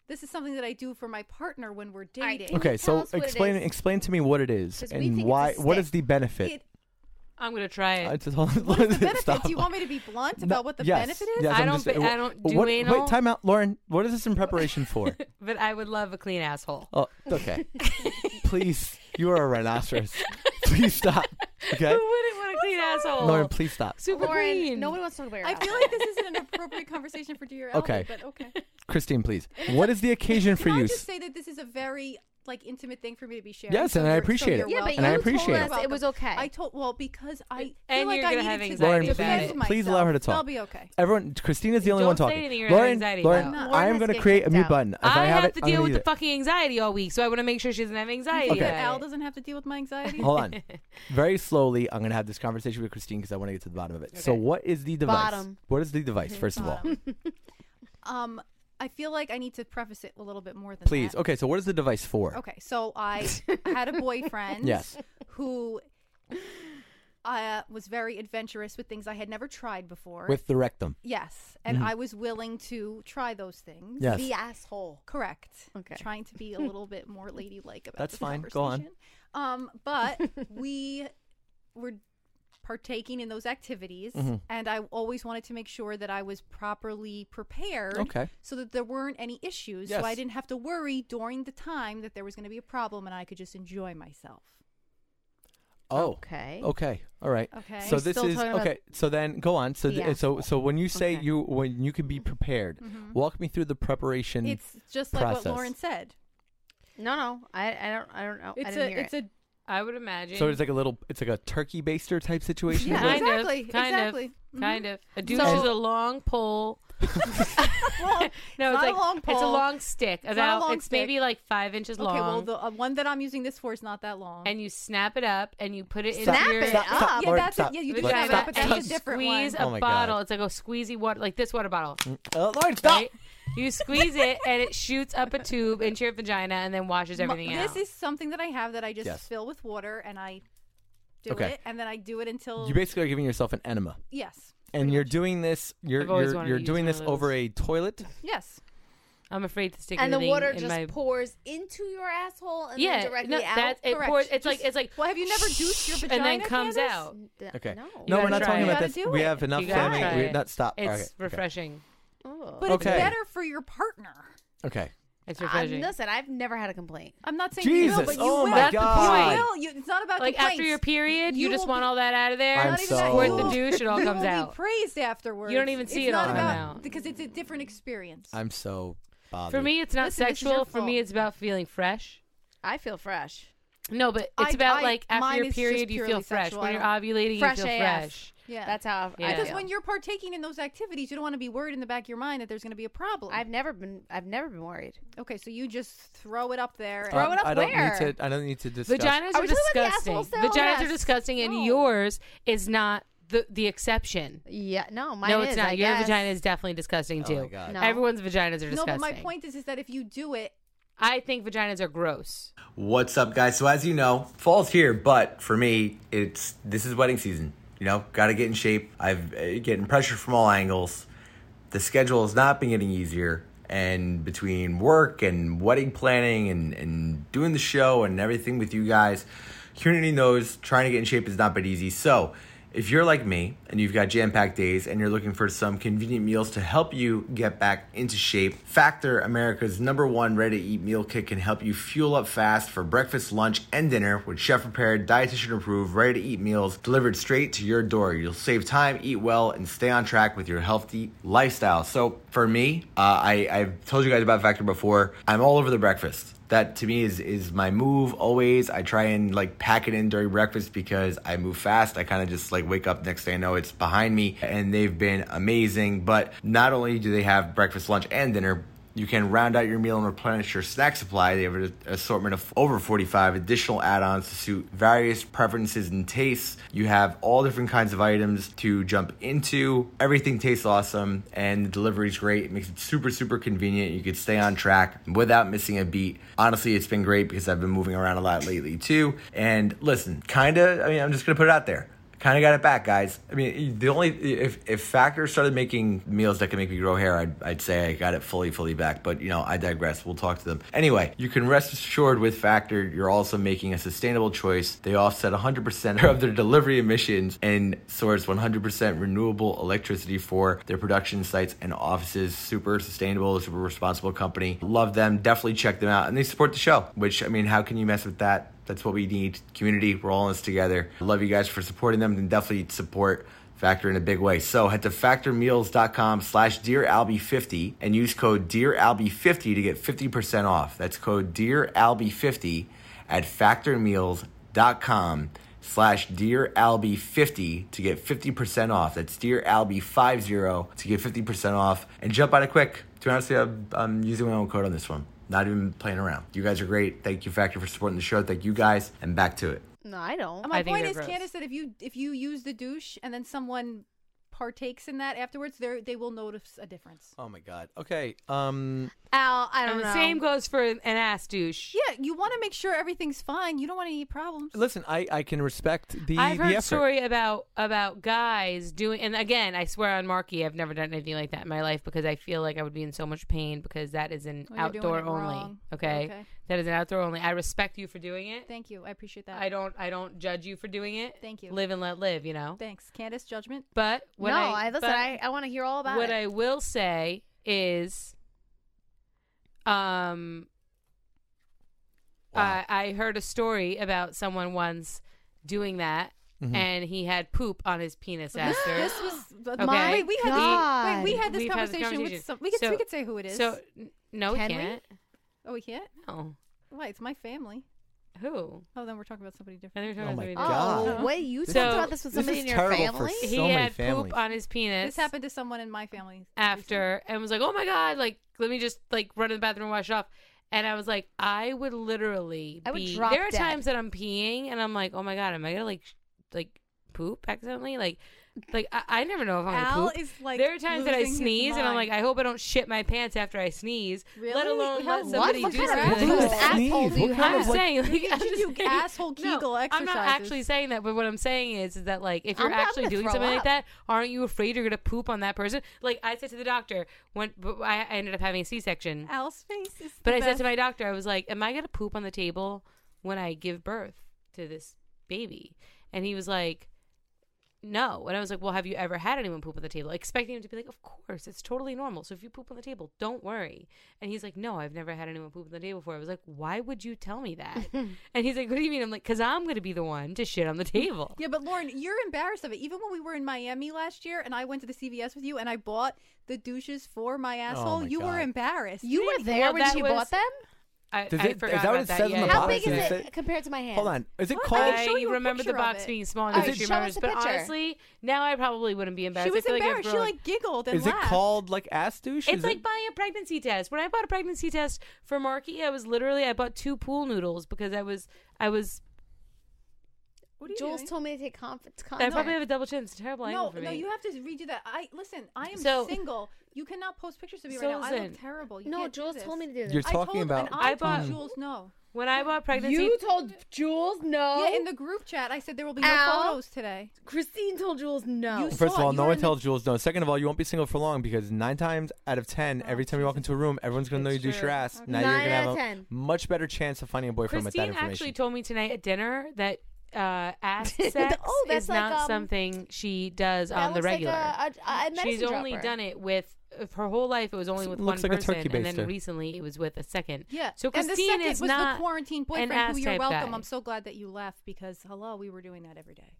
S2: This is something that I do for my partner when we're
S3: right,
S2: dating.
S3: Can you
S1: Okay,
S3: tell
S1: so
S3: us what it
S1: explain
S3: is?
S1: explain to me what it is
S3: 'Cause we think
S1: and
S3: it's a
S1: why. What is
S3: stick.
S1: the benefit?
S2: It-
S4: I'm going to try it.
S1: I just- hold on,
S2: what is the
S1: Lauren,
S2: benefit?
S1: stop.
S2: Do you want me to be blunt
S1: No,
S2: about what the
S1: yes,
S2: benefit is?
S1: yes,
S4: I
S1: I'm
S4: don't
S1: just-
S4: ba-
S1: uh,
S4: I don't do
S1: what,
S4: anal.
S1: Wait, time out, Lauren. What is this in preparation for?
S4: but I would love a clean asshole.
S1: Oh, okay. please, you are a rhinoceros. Please stop. Okay,
S4: Who wouldn't want a clean asshole?
S1: Lauren, please stop.
S4: Super
S3: Lauren,
S4: clean.
S3: nobody wants to talk about your
S2: I feel like this isn't an appropriate conversation for Dear Albie,
S1: Okay.
S2: but okay.
S1: Christine, please. What is the occasion for
S2: Can I
S1: use?
S2: just say that this is a very like intimate thing for me to be sharing?
S1: Yes,
S2: so
S1: and I
S2: you're- so
S1: appreciate it.
S2: you're
S1: Yeah,
S3: but
S2: welcome.
S1: And I you told appreciate it.
S3: us it was okay.
S2: I told well because I
S4: And
S2: feel like
S4: you're
S2: I
S4: gonna have
S2: needed to
S4: anxiety
S1: Lauren, about
S2: defend
S1: it.
S2: myself.
S1: please allow her to talk.
S2: I'll be okay.
S1: Everyone, Christina's the only
S4: Don't
S1: one
S4: say
S1: talking.
S4: anything you're gonna have
S1: Lauren,
S4: anxiety
S1: Lauren,
S2: about. I'm not.
S1: I am
S3: Lauren
S1: going to
S3: has
S1: create a
S3: kicked
S1: mute
S3: out.
S1: button. If I,
S4: I have,
S1: it,
S4: to
S1: I'm
S4: deal
S1: gonna
S4: with
S1: use
S4: the
S1: it.
S4: fucking anxiety all week, so I want to make sure she doesn't have anxiety.
S2: You think
S1: Okay.
S2: that Al
S4: about it.
S2: doesn't have to deal with my anxiety.
S1: Hold on. Very slowly, I'm going to have this conversation with Christine because I want to get to the bottom of it. So,
S4: Okay.
S1: what is the device?
S3: Bottom.
S1: What is the device, first of all?
S2: Um, I feel like I need to preface it a little bit more than
S1: Please.
S2: that.
S1: Okay, so what is the device for?
S2: Okay, so I had a boyfriend
S1: Yes.
S2: who uh, was very adventurous with things I had never tried before.
S1: With Mm-hmm. the rectum.
S2: yes, and I was willing to try those things.
S1: Yes.
S3: the asshole.
S2: Correct.
S3: Okay.
S2: Trying to be a little bit more ladylike about
S1: That's
S2: this
S1: fine. Go on.
S2: conversation. Um, but we were partaking in those activities
S1: Mm-hmm.
S5: Mhm.
S2: and I always wanted to make sure that I was properly prepared
S5: Okay.
S2: so that there weren't any issues so I
S5: Yes.
S2: didn't have to worry during the time that there was going to be a problem and I could just enjoy myself.
S5: Oh.
S3: Okay.
S5: Okay. All right.
S2: Okay.
S5: So
S3: We're
S5: this
S3: still
S5: is
S3: talking about-
S5: okay. So then go on. So th-
S3: Yeah.
S5: so so when you say
S3: Okay.
S5: you when you can be prepared, walk me through the preparation.
S2: Mm-hmm. It's just like
S5: process.
S2: what Lauren said.
S3: No, no, I, I don't, I don't know. I
S2: It's
S3: didn't
S2: a
S3: hear
S2: it's
S3: it.
S2: a
S4: I would imagine.
S5: so it's like a little. It's like a turkey baster type situation.
S2: Yeah,
S5: is it?
S4: kind
S2: exactly,
S4: of, kind
S2: exactly. Mm-hmm.
S4: of, kind of. A douche
S5: So-
S4: is a long pole.
S2: well,
S4: No, it's,
S2: not a
S4: like
S2: long
S4: it's a
S2: pole.
S4: long stick.
S2: not a
S4: About
S2: long
S4: it's maybe like five inches long.
S2: Okay, well, the uh, one that I'm using this for is not that long.
S4: and you snap it up and you put it in
S3: Snap
S4: your
S3: it
S5: Stop, stop,
S3: up.
S2: yeah,
S5: Lauren,
S2: that's
S5: stop.
S2: it. Yeah, you do
S5: Lauren,
S2: that,
S5: stop.
S2: but that's
S5: Touch-
S2: a different
S4: you squeeze
S2: one. Mm.
S5: Oh
S4: a
S5: my God.
S4: bottle. It's like a squeezy water, like this water bottle.
S5: Oh, Lauren, stop.
S4: Right? You squeeze it and it shoots up a tube into your vagina and then washes
S2: My-
S4: everything out.
S2: This is something that I have that I just
S5: Yes.
S2: fill with water and I do
S5: Okay.
S2: it, and then I do it until
S5: You basically are giving yourself an enema,
S2: yes,
S5: and you're doing this. You're
S4: I've always
S5: you're,
S4: wanted
S5: you're
S4: to
S5: doing
S4: use
S5: this
S4: one of
S5: over
S4: those.
S5: a toilet.
S2: yes.
S4: I'm afraid to stick
S3: and the
S4: anything
S3: water
S4: in
S3: just
S4: my
S3: pours into your asshole and
S4: yeah
S3: then directly
S4: no,
S3: out.
S4: that's- it
S2: Correct.
S4: pours, it's like
S2: Just-
S4: it's like
S2: Well, have you never douched your
S4: and
S2: vagina?
S4: then comes
S2: Candace?
S4: out.
S3: Th-
S5: Okay. No,
S3: No.
S5: we're
S4: gotta
S5: not
S4: try
S5: talking
S4: it.
S2: You
S5: about this.
S2: gotta do
S5: We
S2: it.
S5: have enough
S4: You gotta
S5: family.
S4: try
S5: We,
S4: it.
S5: not stop.
S4: It's
S5: Okay, okay.
S4: refreshing.
S3: Oh.
S2: But
S5: Okay.
S2: it's better for your partner.
S5: Okay.
S4: It's
S3: I-
S4: refreshing.
S3: listen, I've never had a complaint.
S2: I'm not saying you will,
S5: Jesus!
S2: but you
S5: Oh
S2: will.
S5: my
S4: That's the
S5: God!
S4: point.
S2: You will. You, it's not about
S4: like
S2: complaints.
S4: after your period, you,
S2: You
S4: just
S2: will
S4: want
S2: be-
S4: all that out of there.
S5: I'm
S2: Not even that.
S5: so-
S4: Squirt
S2: You
S4: the
S2: will-
S4: douche, it all
S2: you
S4: comes
S2: will
S4: out.
S2: Be praised afterwards.
S4: even see
S2: it's
S4: it all
S2: not
S5: come
S2: about,
S4: out.
S2: because it's a different experience.
S5: I'm so bothered.
S4: For me, it's not
S3: Listen, this is your
S4: sexual. For me,
S3: fault.
S4: it's about feeling fresh.
S3: I feel fresh.
S4: No, but
S2: I-
S4: it's about
S2: I-
S4: like after
S2: mine
S4: your
S2: is just
S4: period, you feel
S2: purely
S4: fresh.
S2: sexual.
S4: When
S2: I
S4: you're
S2: don't-
S4: ovulating,
S3: Fresh
S4: you feel
S3: AF.
S4: fresh.
S2: yeah,
S3: That's how I
S4: Yeah.
S2: because
S3: feel.
S2: when you're partaking in those activities, you don't want to be worried in the back of your mind that there's going to be a problem.
S3: I've never been. I've never been worried.
S2: okay, so you just throw it up there.
S5: Um,
S3: Throw it up
S5: I don't
S3: where?
S5: need to. I don't need to discuss.
S4: Vaginas
S3: Are
S4: are
S3: we talking about the
S4: disgusting.
S3: asshole cell?
S4: Vaginas are
S3: Yes.
S4: disgusting, and
S3: No.
S4: yours is not the the exception.
S3: Yeah. No. Mine
S4: no,
S3: is,
S4: it's not.
S3: I
S4: Your
S3: guess.
S4: vagina is definitely disgusting
S5: Oh
S4: too.
S5: my God.
S3: No.
S4: Everyone's vaginas are disgusting.
S2: no, but my point is, is that if you do it,
S4: I think vaginas are gross.
S1: What's up, guys? So as you know, fall's here, but for me, it's this is wedding season. You know, got to get in shape. I've uh, getting pressure from all angles. The schedule has not been getting easier, and between work and wedding planning and and doing the show and everything with you guys, community knows trying to get in shape has not been easy. So. If you're like me and you've got jam packed days and you're looking for some convenient meals to help you get back into shape, Factor, America's number one ready to eat meal kit, can help you fuel up fast for breakfast, lunch, and dinner with chef prepared, dietitian approved, ready to eat meals delivered straight to your door. You'll save time, eat well, and stay on track with your healthy lifestyle. So for me, uh, I, I've told you guys about Factor before, I'm all over the breakfast that to me is is my move always. I try and like pack it in during breakfast because I move fast. I kind of just like wake up next day I know it's behind me and they've been amazing. But not only do they have breakfast, lunch and dinner, you can round out your meal and replenish your snack supply. They have an assortment of over 45 additional add-ons to suit various preferences and tastes. You have all different kinds of items to jump into. Everything tastes awesome and the delivery's great. It makes it super super convenient. You could stay on track without missing a beat. Honestly, it's been great because I've been moving around a lot lately too. And listen, kind of I mean, I'm just going to put it out there kind of got it back, guys. I mean, the only if if Factor started making meals that can make me grow hair, I'd, I'd say I got it fully, fully back. But you know, I digress. We'll talk to them anyway. You can rest assured with Factor, you're also making a sustainable choice. They offset 100% of their delivery emissions and source 100% renewable electricity for their production sites and offices. Super sustainable, super responsible company. Love them. Definitely check them out, and they support the show. Which I mean, how can you mess with that? That's what we need. Community, we're all in this together. I love you guys for supporting them and definitely support Factor in a big way. So head to factormeals.com slash DearAlby50 and use code DearAlby50 to get 50% off. That's code DearAlby50 at factormeals.com slash DearAlby50 to get 50% off. That's DearAlby50 to get 50% off. And jump on it quick. To be honest, with you, I'm, I'm using my own code on this one. Not even playing around. You guys are great. Thank you, Factor, for supporting the show. Thank you guys, and back to it.
S3: No, I don't.
S2: my
S4: I think
S2: point
S4: they're
S2: is,
S4: gross.
S2: Candace, that if you if you use the douche and then someone partakes in that afterwards, they they will notice a difference.
S5: Oh my god. Okay. Um.
S3: Al, I don't
S4: And
S3: know.
S4: the same goes for an ass douche.
S2: Yeah, you want to make sure everything's fine. You don't want any problems.
S5: Listen, I I can respect the
S4: I've
S5: the
S4: heard
S5: effort.
S4: story about about guys doing, and again, I swear on Marky, I've never done anything like that in my life because I feel like I would be in so much pain because that is an
S2: Well, you're doing
S4: outdoor
S2: it
S4: only.
S2: wrong.
S4: Okay?
S2: Okay.
S4: That is an outdoor only. I respect you for doing it.
S2: Thank you. I appreciate that.
S4: I don't. I don't judge you for doing it.
S2: Thank you.
S4: Live and let live. You know.
S2: Thanks, Candace. Judgment.
S4: But when
S3: no,
S4: I,
S3: I, listen.
S4: but-
S3: I, I want to hear all about
S4: what
S3: it.
S4: I will say is, um,
S1: Wow.
S4: I, I heard a story about someone once doing that,
S5: Mm-hmm.
S4: and he had poop on his penis after.
S2: This was
S4: Okay.
S2: my. Wait, we had the- wait, we had this
S3: God.
S4: We've had this
S2: conversation with
S4: conversation.
S2: some. We could
S4: So-
S2: we could say who it is.
S4: so n- no, we
S3: Can we?
S4: can't.
S2: oh, we can't.
S4: No,
S2: Why? It's my family.
S4: who?
S2: Oh, then we're talking about somebody different.
S4: I think we're talking
S5: Oh
S4: about
S5: my
S4: somebody
S3: oh,
S4: different.
S5: God.
S3: what you
S4: This
S3: talked
S4: is-
S3: about this with
S5: this
S3: somebody
S5: is
S3: in your
S5: terrible for
S3: family?
S5: so
S4: He
S5: many
S4: had
S5: families.
S4: poop on his penis.
S2: This happened to someone in my family.
S4: after and was like, "Oh my god, like let me just like run to the bathroom and wash it off." And I was like, I would literally
S3: I would
S4: be
S3: drop
S4: there are
S3: dead.
S4: times that I'm peeing and I'm like, "Oh my god, am I going to like sh- like poop accidentally?" Like like I, I never know if I'm
S2: Al
S4: going to poop.
S2: is like.
S4: there are times that I
S2: losing his
S4: sneeze and I'm like,
S2: mind.
S4: I hope I don't shit my pants after I sneeze. Let
S2: Really?
S4: alone
S2: How-
S4: let somebody
S3: what?
S4: do
S3: What kind
S4: something.
S3: of
S5: What
S3: asshole
S5: kind of
S3: asshole do
S5: sneeze?
S3: you
S4: I'm
S5: What kind of,
S3: have?
S4: just saying, like,
S2: you
S4: I'm
S2: do
S4: just saying-
S2: asshole Kegel
S4: I'm not actually
S2: exercises.
S4: saying that, but what I'm saying is, is that like if you're
S3: I'm about
S4: actually
S3: to
S4: doing
S3: throw
S4: something like
S3: up.
S4: that, aren't you afraid you're gonna poop on that person? Like I said to the doctor, when but I I ended up having a C-section,
S2: Al's face is.
S4: but
S2: the
S4: I said
S2: best.
S4: to my doctor, I was like, "Am I gonna poop on the table when I give birth to this baby?" And he was like. No, and I was like, "Well, have you ever had anyone poop on the table?" Expecting him to be like, "Of course, it's totally normal. So if you poop on the table, don't worry." And he's like, "No, I've never had anyone poop on the table before." I was like, "Why would you tell me that?" and he's like, "What do you mean?" I'm like, "Cause I'm gonna be the one to shit on the table."
S2: Yeah, but Lauren, you're embarrassed of it. Even when we were in Miami last year, and I went to the CVS with you, and I bought the douches for my asshole,
S5: Oh my
S2: you were
S5: God.
S2: embarrassed.
S3: You were there
S4: Well,
S3: when
S4: that
S3: she
S4: was-
S3: bought them?
S4: I,
S5: Does
S4: I
S5: it- is
S4: forgot
S5: that what
S4: about
S5: it says
S4: yeah,
S5: on the
S4: yeah.
S3: How
S5: box?
S3: big is
S5: Is
S3: it
S5: it-
S3: compared to my hand?
S5: Hold on. Is it
S2: What?
S5: called?
S2: I
S4: I
S2: show you a
S4: remember the
S2: picture of
S4: box
S2: it.
S4: being small.
S3: All
S4: And
S3: right, show
S4: she
S3: us
S4: remembers,
S3: a
S4: but
S3: picture.
S4: honestly, now I probably wouldn't be embarrassed.
S2: she was
S4: I feel like I've
S2: embarrassed. she
S4: grown.
S2: like giggled and
S5: Is it
S2: laughed.
S5: called like ass douche?
S4: It's
S5: Is
S4: like
S5: it-
S4: buying a pregnancy test. When I bought a pregnancy test for Marky, I was literally I bought two pool noodles because I was I was
S2: What are you
S3: Jules
S2: doing?
S3: told me to take conf-
S4: I probably
S3: content.
S4: have a double chin. It's a terrible angle
S2: No,
S4: for me.
S2: no, you have to redo that. I listen. I am
S4: So-
S2: single. You cannot post pictures of me
S4: So
S2: right now. I
S4: listen.
S2: look terrible. You
S3: No,
S2: can't do
S3: Jules
S2: this.
S3: told me to do this.
S5: You're
S2: I told,
S5: talking about.
S2: And I,
S4: I bought-
S2: told Jules no.
S4: when I bought pregnancy,
S3: You told Jules no.
S2: Yeah, in the group chat, I said there will be no
S3: Al.
S2: photos today.
S3: Christine told Jules no.
S2: You-
S5: First
S2: saw
S5: of
S2: it.
S5: all,
S2: You
S5: no
S2: were
S5: one
S2: in the-
S5: tells Jules no. Second of all, you won't be single for long because nine times out of ten,
S2: Oh,
S5: every time you walk
S2: Jesus.
S5: into a room, everyone's gonna know you
S4: It's
S5: douche
S4: true.
S5: your ass.
S2: Okay.
S5: Now you're
S3: Nine
S5: gonna
S3: out
S5: have
S3: of
S5: a
S3: 10.
S5: much better chance of finding a boyfriend with that
S4: Christine actually
S5: information.
S4: told me tonight at dinner that uh, ass
S3: Oh,
S4: sex
S3: that's
S4: is
S3: like,
S4: not
S3: um,
S4: something she does
S3: That
S4: on the
S3: looks like
S4: regular.
S3: a- a- a
S4: She's
S3: medicine
S4: only
S3: dropper.
S4: done it with if her whole life. It was only with
S5: Looks
S4: one
S5: like a
S4: person,
S5: turkey
S4: and then
S5: baster.
S4: recently it was with a second.
S2: Yeah.
S4: So
S2: and the
S4: Christine
S2: second
S4: is
S2: was
S4: not
S2: the quarantine boyfriend
S4: ass
S2: who you're
S4: type
S2: welcome.
S4: guy.
S2: I'm so glad that you left because hello, we were doing that every day.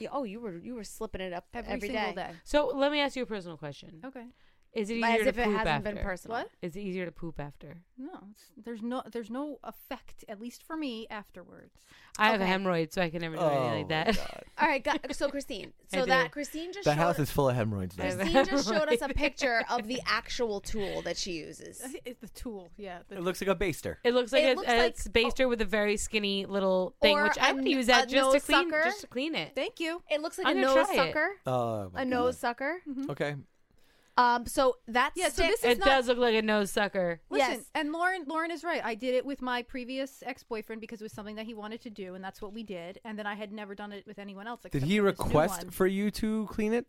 S3: Yeah, oh, you were you were slipping it up
S2: Every,
S3: every
S2: single day.
S3: day.
S4: So let me ask you a personal question:
S2: Okay.
S4: Is it easier
S3: As
S4: to
S3: if it
S4: poop
S3: hasn't
S4: after?
S3: been personal.
S2: What?
S4: Is it easier to poop after?
S2: No, it's, there's no there's no effect at least for me afterwards.
S4: I have
S3: Okay.
S4: hemorrhoids, so I can never do
S5: Oh
S4: anything like
S5: my
S4: that.
S5: God.
S3: All right, got, so Christine,
S4: I
S3: so
S4: do.
S3: that Christine just
S5: The
S3: showed,
S5: house is full of hemorrhoids. now.
S4: There's-
S3: Christine just showed us a picture of the actual tool that she uses.
S2: It's the tool, yeah.
S5: It looks like a baster.
S4: It looks like
S3: It
S4: a,
S3: looks
S4: a
S3: like-
S4: spacer
S2: oh.
S4: with a very skinny little thing,
S3: Or
S4: which I
S3: a
S4: would
S3: n-
S4: use that
S3: a
S4: just to
S3: nose
S4: clean,
S3: sucker.
S4: just to clean it.
S2: Thank you.
S3: It looks like
S4: I'm
S3: a
S4: gonna
S3: nose
S4: try it. Mm-hmm.
S3: sucker,
S5: Oh, my
S3: a
S5: God.
S3: nose sucker.
S5: Okay.
S3: Um, so that's
S2: Yeah, so this is
S4: It
S2: not-
S4: does look like a nose sucker.
S2: Listen,
S3: Yes.
S2: and Lauren Lauren is right. I did it with my previous ex-boyfriend because it was something that he wanted to do and that's what we did and then I had never done it with anyone else
S5: Did
S2: except
S5: he
S2: for this new
S5: request
S2: one.
S5: for you to clean it?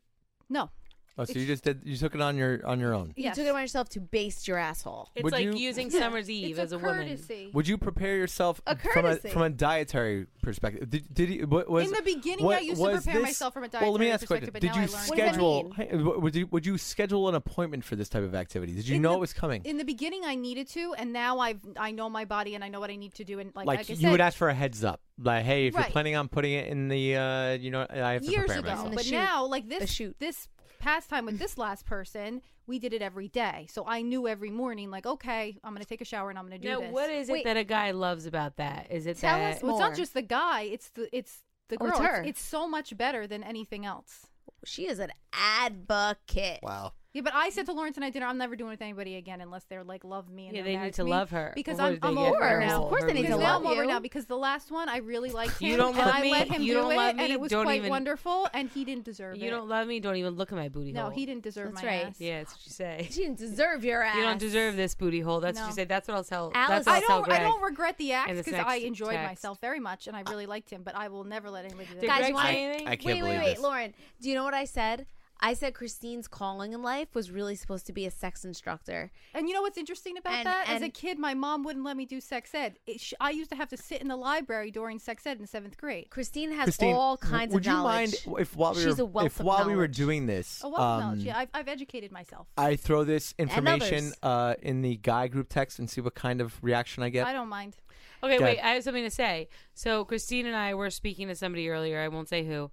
S2: No.
S5: Oh, so you just did. You took it on your on your own.
S3: you
S2: Yes.
S3: took it on yourself to baste your asshole.
S4: It's
S5: Would
S4: like
S5: you-
S4: using Summer's
S2: It's
S4: Eve as a,
S2: a
S4: woman.
S2: courtesy.
S5: Would you prepare yourself
S3: A
S5: from a
S3: courtesy.
S5: from a dietary perspective? Did, did you what was
S2: In the beginning,
S5: what
S2: I used to
S5: was
S2: prepare
S5: this-
S2: myself from a
S5: Well, let me
S2: dietary
S5: ask you a question.
S2: perspective, but
S5: Did
S2: now I
S5: you
S2: learned-
S3: What does that
S5: schedule? hey, w- Would you would you schedule an appointment for this type of activity? Did you
S2: In
S5: know
S2: the-
S5: it was coming?
S2: In the beginning, I needed to, and now I've I know my body and I know what I need to do. And like,
S5: like
S2: like I
S5: you
S2: said,
S5: would ask for a heads up, like hey, if
S2: Right.
S5: you're planning on putting it in the, uh, you know, I have to
S2: years
S5: prepare
S2: ago.
S5: myself.
S3: The
S2: But
S3: shoot.
S2: now, like
S3: The
S2: this,
S3: shoot.
S2: this past time with this last person, we did it every day. So I knew every morning, like, okay, I'm gonna take a shower and I'm gonna do
S4: Now,
S2: this.
S4: what is
S3: Wait.
S4: it that a guy loves about that? Is it
S3: Tell
S4: that
S3: us
S2: Well, it's not
S3: more?
S2: just the guy; it's the it's the girl.
S3: Oh, it's her.
S2: It's, so much better than anything else.
S3: She is an advocate.
S5: Wow.
S2: Yeah, but I said to Lawrence and I dinner, I'm never doing with anybody again unless they're like love me. And
S4: Yeah,
S2: they'll
S4: they need
S2: marry
S4: to
S2: me."
S4: love her.
S2: because
S4: What
S2: I'm,
S4: did they
S2: I'm
S4: get
S2: over
S4: for
S2: her
S4: her?
S2: now.
S3: Of course they
S4: Her
S3: need to
S2: Because
S4: reason?
S2: now
S3: love
S2: I'm over
S3: you.
S2: now because the last one I really liked him.
S4: You don't
S2: and
S4: love
S2: I
S4: me,
S2: let him
S4: you
S2: do
S4: don't
S2: it,
S4: love
S2: and
S4: me,
S2: it was
S4: don't
S2: quite
S4: even-
S2: wonderful, and he didn't deserve it.
S4: You don't love me. Don't even look at my booty
S2: no,
S4: hole.
S2: he didn't deserve
S3: That's
S2: my
S3: right.
S2: ass.
S4: Yeah, that's what she say.
S3: She didn't deserve your ass.
S4: You don't deserve this booty hole. That's what
S2: No.
S4: she said. That's what I'll tell.
S3: Alice-
S4: that's what
S2: I
S4: I'll tell
S2: don't. I
S4: Greg.
S2: don't regret the act
S4: in this
S2: because I
S4: next
S2: enjoyed
S4: text.
S2: myself very much, and I really liked him. But I will never let anybody. do
S4: Did
S2: that.
S3: Guys,
S4: Greg
S3: you wanna-
S4: say anything?
S5: I can't
S3: wait,
S5: believe
S3: wait, wait,
S5: this.
S3: Lauren. Do you know what I said? I said Christine's calling in life was really supposed to be a sex instructor.
S2: And you know what's interesting about
S3: And-
S2: that? As a
S3: and-
S2: kid, my mom wouldn't let me do sex ed. It, sh- I used to have to sit in the library during sex ed in seventh grade.
S3: Christine has
S5: Christine,
S3: all
S5: w-
S3: kinds
S5: would
S3: of knowledge.
S5: you mind if while we
S3: She's
S5: were
S3: a wealth
S5: if
S3: of
S5: while we were
S3: knowledge.
S5: doing this,
S2: Oh, well,
S5: um,
S2: knowledge. Yeah, I've, I've educated myself.
S5: I throw this information
S3: others.
S5: uh, in the guy group text and see what kind of reaction I get?
S2: I don't mind.
S4: Okay,
S5: Go
S4: wait.
S5: ahead.
S4: I have something to say. So Christine and I were speaking to somebody earlier. I won't say who.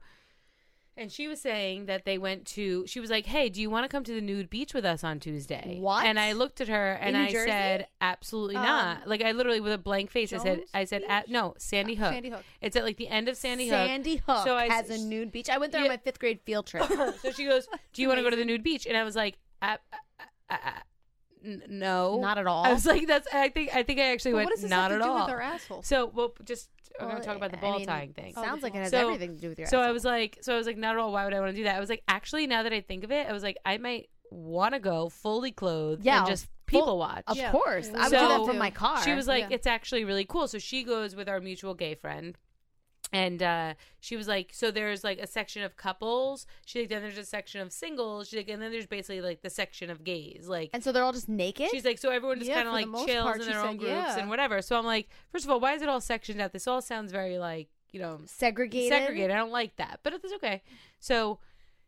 S4: And she was saying that they went to. She was like, "Hey, do you want to come to the nude beach with us on Tuesday?"
S3: What?
S4: And I looked at her and
S3: New
S4: I
S3: Jersey? Um,
S4: said, "Absolutely not." Like I literally with a blank face, I said,
S2: Jones
S4: "I said,
S2: Beach?
S4: at, no, Sandy Hook.
S2: Sandy Hook.
S4: It's at like the end of Sandy Hook.
S3: Uh, Sandy Hook
S4: So I
S3: has
S4: s-
S3: a nude beach. I went there
S4: Yeah.
S3: on my fifth grade field trip.
S4: So she goes, "Do you want to go to the nude beach?" And I was like, "I- I- I- I- n- "No,
S3: Not at all.
S4: I was like, "That's." I think. I think I actually
S2: But
S4: went.
S2: what does this
S4: not
S2: have to
S4: at
S2: do
S4: all.
S2: with our asshole?
S4: So, well, just we're
S3: Well,
S4: gonna talk about the
S3: I
S4: ball
S3: mean,
S4: tying thing.
S3: Sounds like it has
S4: So-
S3: everything to do with your.
S4: So I
S3: asshole.
S4: was like, so I was like, not at all. Why would I want to do that? I was like, actually, now that I think of it, I was like, I might want to go fully clothed
S3: Yeah,
S4: and just
S3: full-
S4: people watch.
S3: Of
S2: Yeah.
S3: course, I would do
S4: So-
S3: that from my car.
S4: She was like,
S2: Yeah.
S4: it's actually really cool. So she goes with our mutual gay friend. And uh, she was like, so there's like a section of couples. She like, then there's a section of singles. She like, and then there's basically like the section of gays. Like,
S3: and so they're all just naked.
S4: She's like, so everyone just
S2: Yeah,
S4: kind of
S2: for the
S4: like
S2: most
S4: chills
S2: part,
S4: in
S2: she
S4: their own
S2: said,
S4: groups
S2: yeah.
S4: and whatever. So I'm like, first of all, why is it all sectioned out? This all sounds very like, you know,
S3: segregated.
S4: segregated. I don't like that, but it's okay. So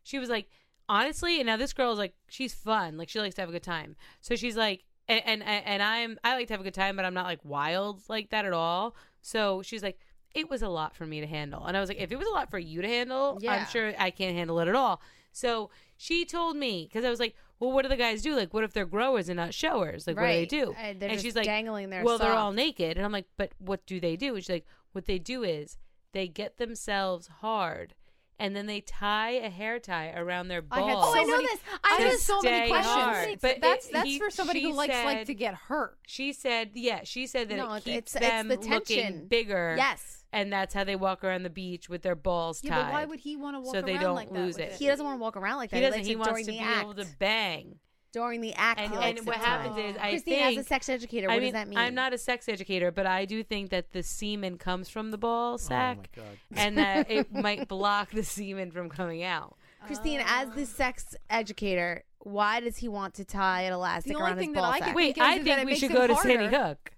S4: she was like, honestly, and now this girl is like, she's fun. Like she likes to have a good time. So she's like, and and, and I'm I like to have a good time, but I'm not like wild like that at all. So she's like. It was a lot for me to handle. And I was like, if it was a lot for you to handle,
S3: Yeah.
S4: I'm sure I can't handle it at all. So she told me, because I was like, well, what do the guys do? Like, what if they're growers and not showers? Like, what do they
S3: Right.
S4: do?
S3: Uh, they're
S4: and
S3: just
S4: she's like,
S3: dangling their
S4: Well, they're all
S3: sock.
S4: naked. And I'm like, but what do they do? And she's like, what they do is they get themselves hard and then they tie a hair tie around their
S2: I
S4: balls.
S2: had
S3: Oh, I
S2: So
S3: know
S2: many-
S3: this. I
S4: to
S3: have so many
S4: stay
S3: questions.
S4: hard. But
S2: that's
S4: it-
S2: that's
S4: he-
S2: for somebody
S4: she
S2: who likes
S4: said-
S2: like to get hurt.
S4: She said, yeah, she said that
S3: No,
S4: it
S3: it's-
S4: keeps
S3: it's- it's
S4: them
S3: the
S4: looking
S3: tension.
S4: bigger.
S3: Yes.
S4: And that's how they walk around the beach with their balls
S2: Yeah,
S4: tied.
S2: but why would he want to walk
S4: so they
S2: around
S4: don't
S2: like that
S4: lose
S2: with
S4: it.
S3: He doesn't want to walk around like that.
S4: he doesn't.
S3: likes
S4: He
S3: it
S4: wants
S3: during
S4: to
S3: the
S4: be
S3: act.
S4: able to bang.
S3: during the act.
S4: And,
S3: he likes
S4: and
S3: it
S4: what
S3: to
S4: happens
S3: tie.
S4: is, I
S3: Christine
S4: think
S3: as a sex educator,
S4: I
S3: what
S4: mean,
S3: does that mean?
S4: I'm not a sex educator, but I do think that the semen comes from the
S3: Oh
S4: ball sack, and that it might block the semen from coming out.
S3: Christine,
S2: Oh.
S3: as the sex educator, why does he want to tie an elastic
S2: only
S3: around
S2: thing
S3: his
S2: that
S3: ball
S2: I can-
S3: sack?
S2: Wait,
S4: Wait, I
S2: is that
S4: think
S2: it
S4: we
S2: makes
S4: should
S2: it
S4: go to Sandy
S2: harder.
S4: Hook.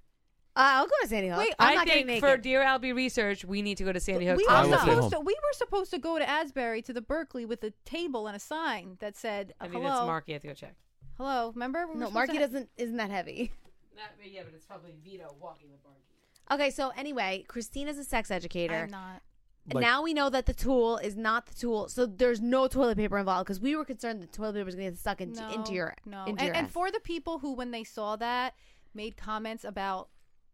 S3: Uh, I'll go to Sandy Hook.
S2: Wait,
S3: I'm
S4: I
S3: not
S4: think
S3: getting
S4: for
S3: naked.
S4: Dear Albie research, we need to go to Sandy Hook.
S2: We
S5: I
S2: were,
S5: will stay home.
S2: supposed to, we were supposed to go to Asbury to the Berkeley with a table and a sign that said
S4: I mean, that's
S2: hello.
S4: Mark. You have to go check.
S2: Hello, remember? We were
S3: no,
S2: supposed
S3: Marky
S2: to-
S3: doesn't. Isn't that heavy?
S4: yeah, but it's probably Vito walking with Marky.
S3: Okay, so anyway, Christine is a sex educator.
S2: I'm not.
S5: Like-
S3: now we know that the tool is not the tool, so there's no toilet paper involved because we were concerned the toilet paper was going to get stuck into,
S2: no,
S3: into your
S2: no.
S3: into
S2: and,
S3: your
S2: and
S3: ass.
S2: for the people who, when they saw that, made comments about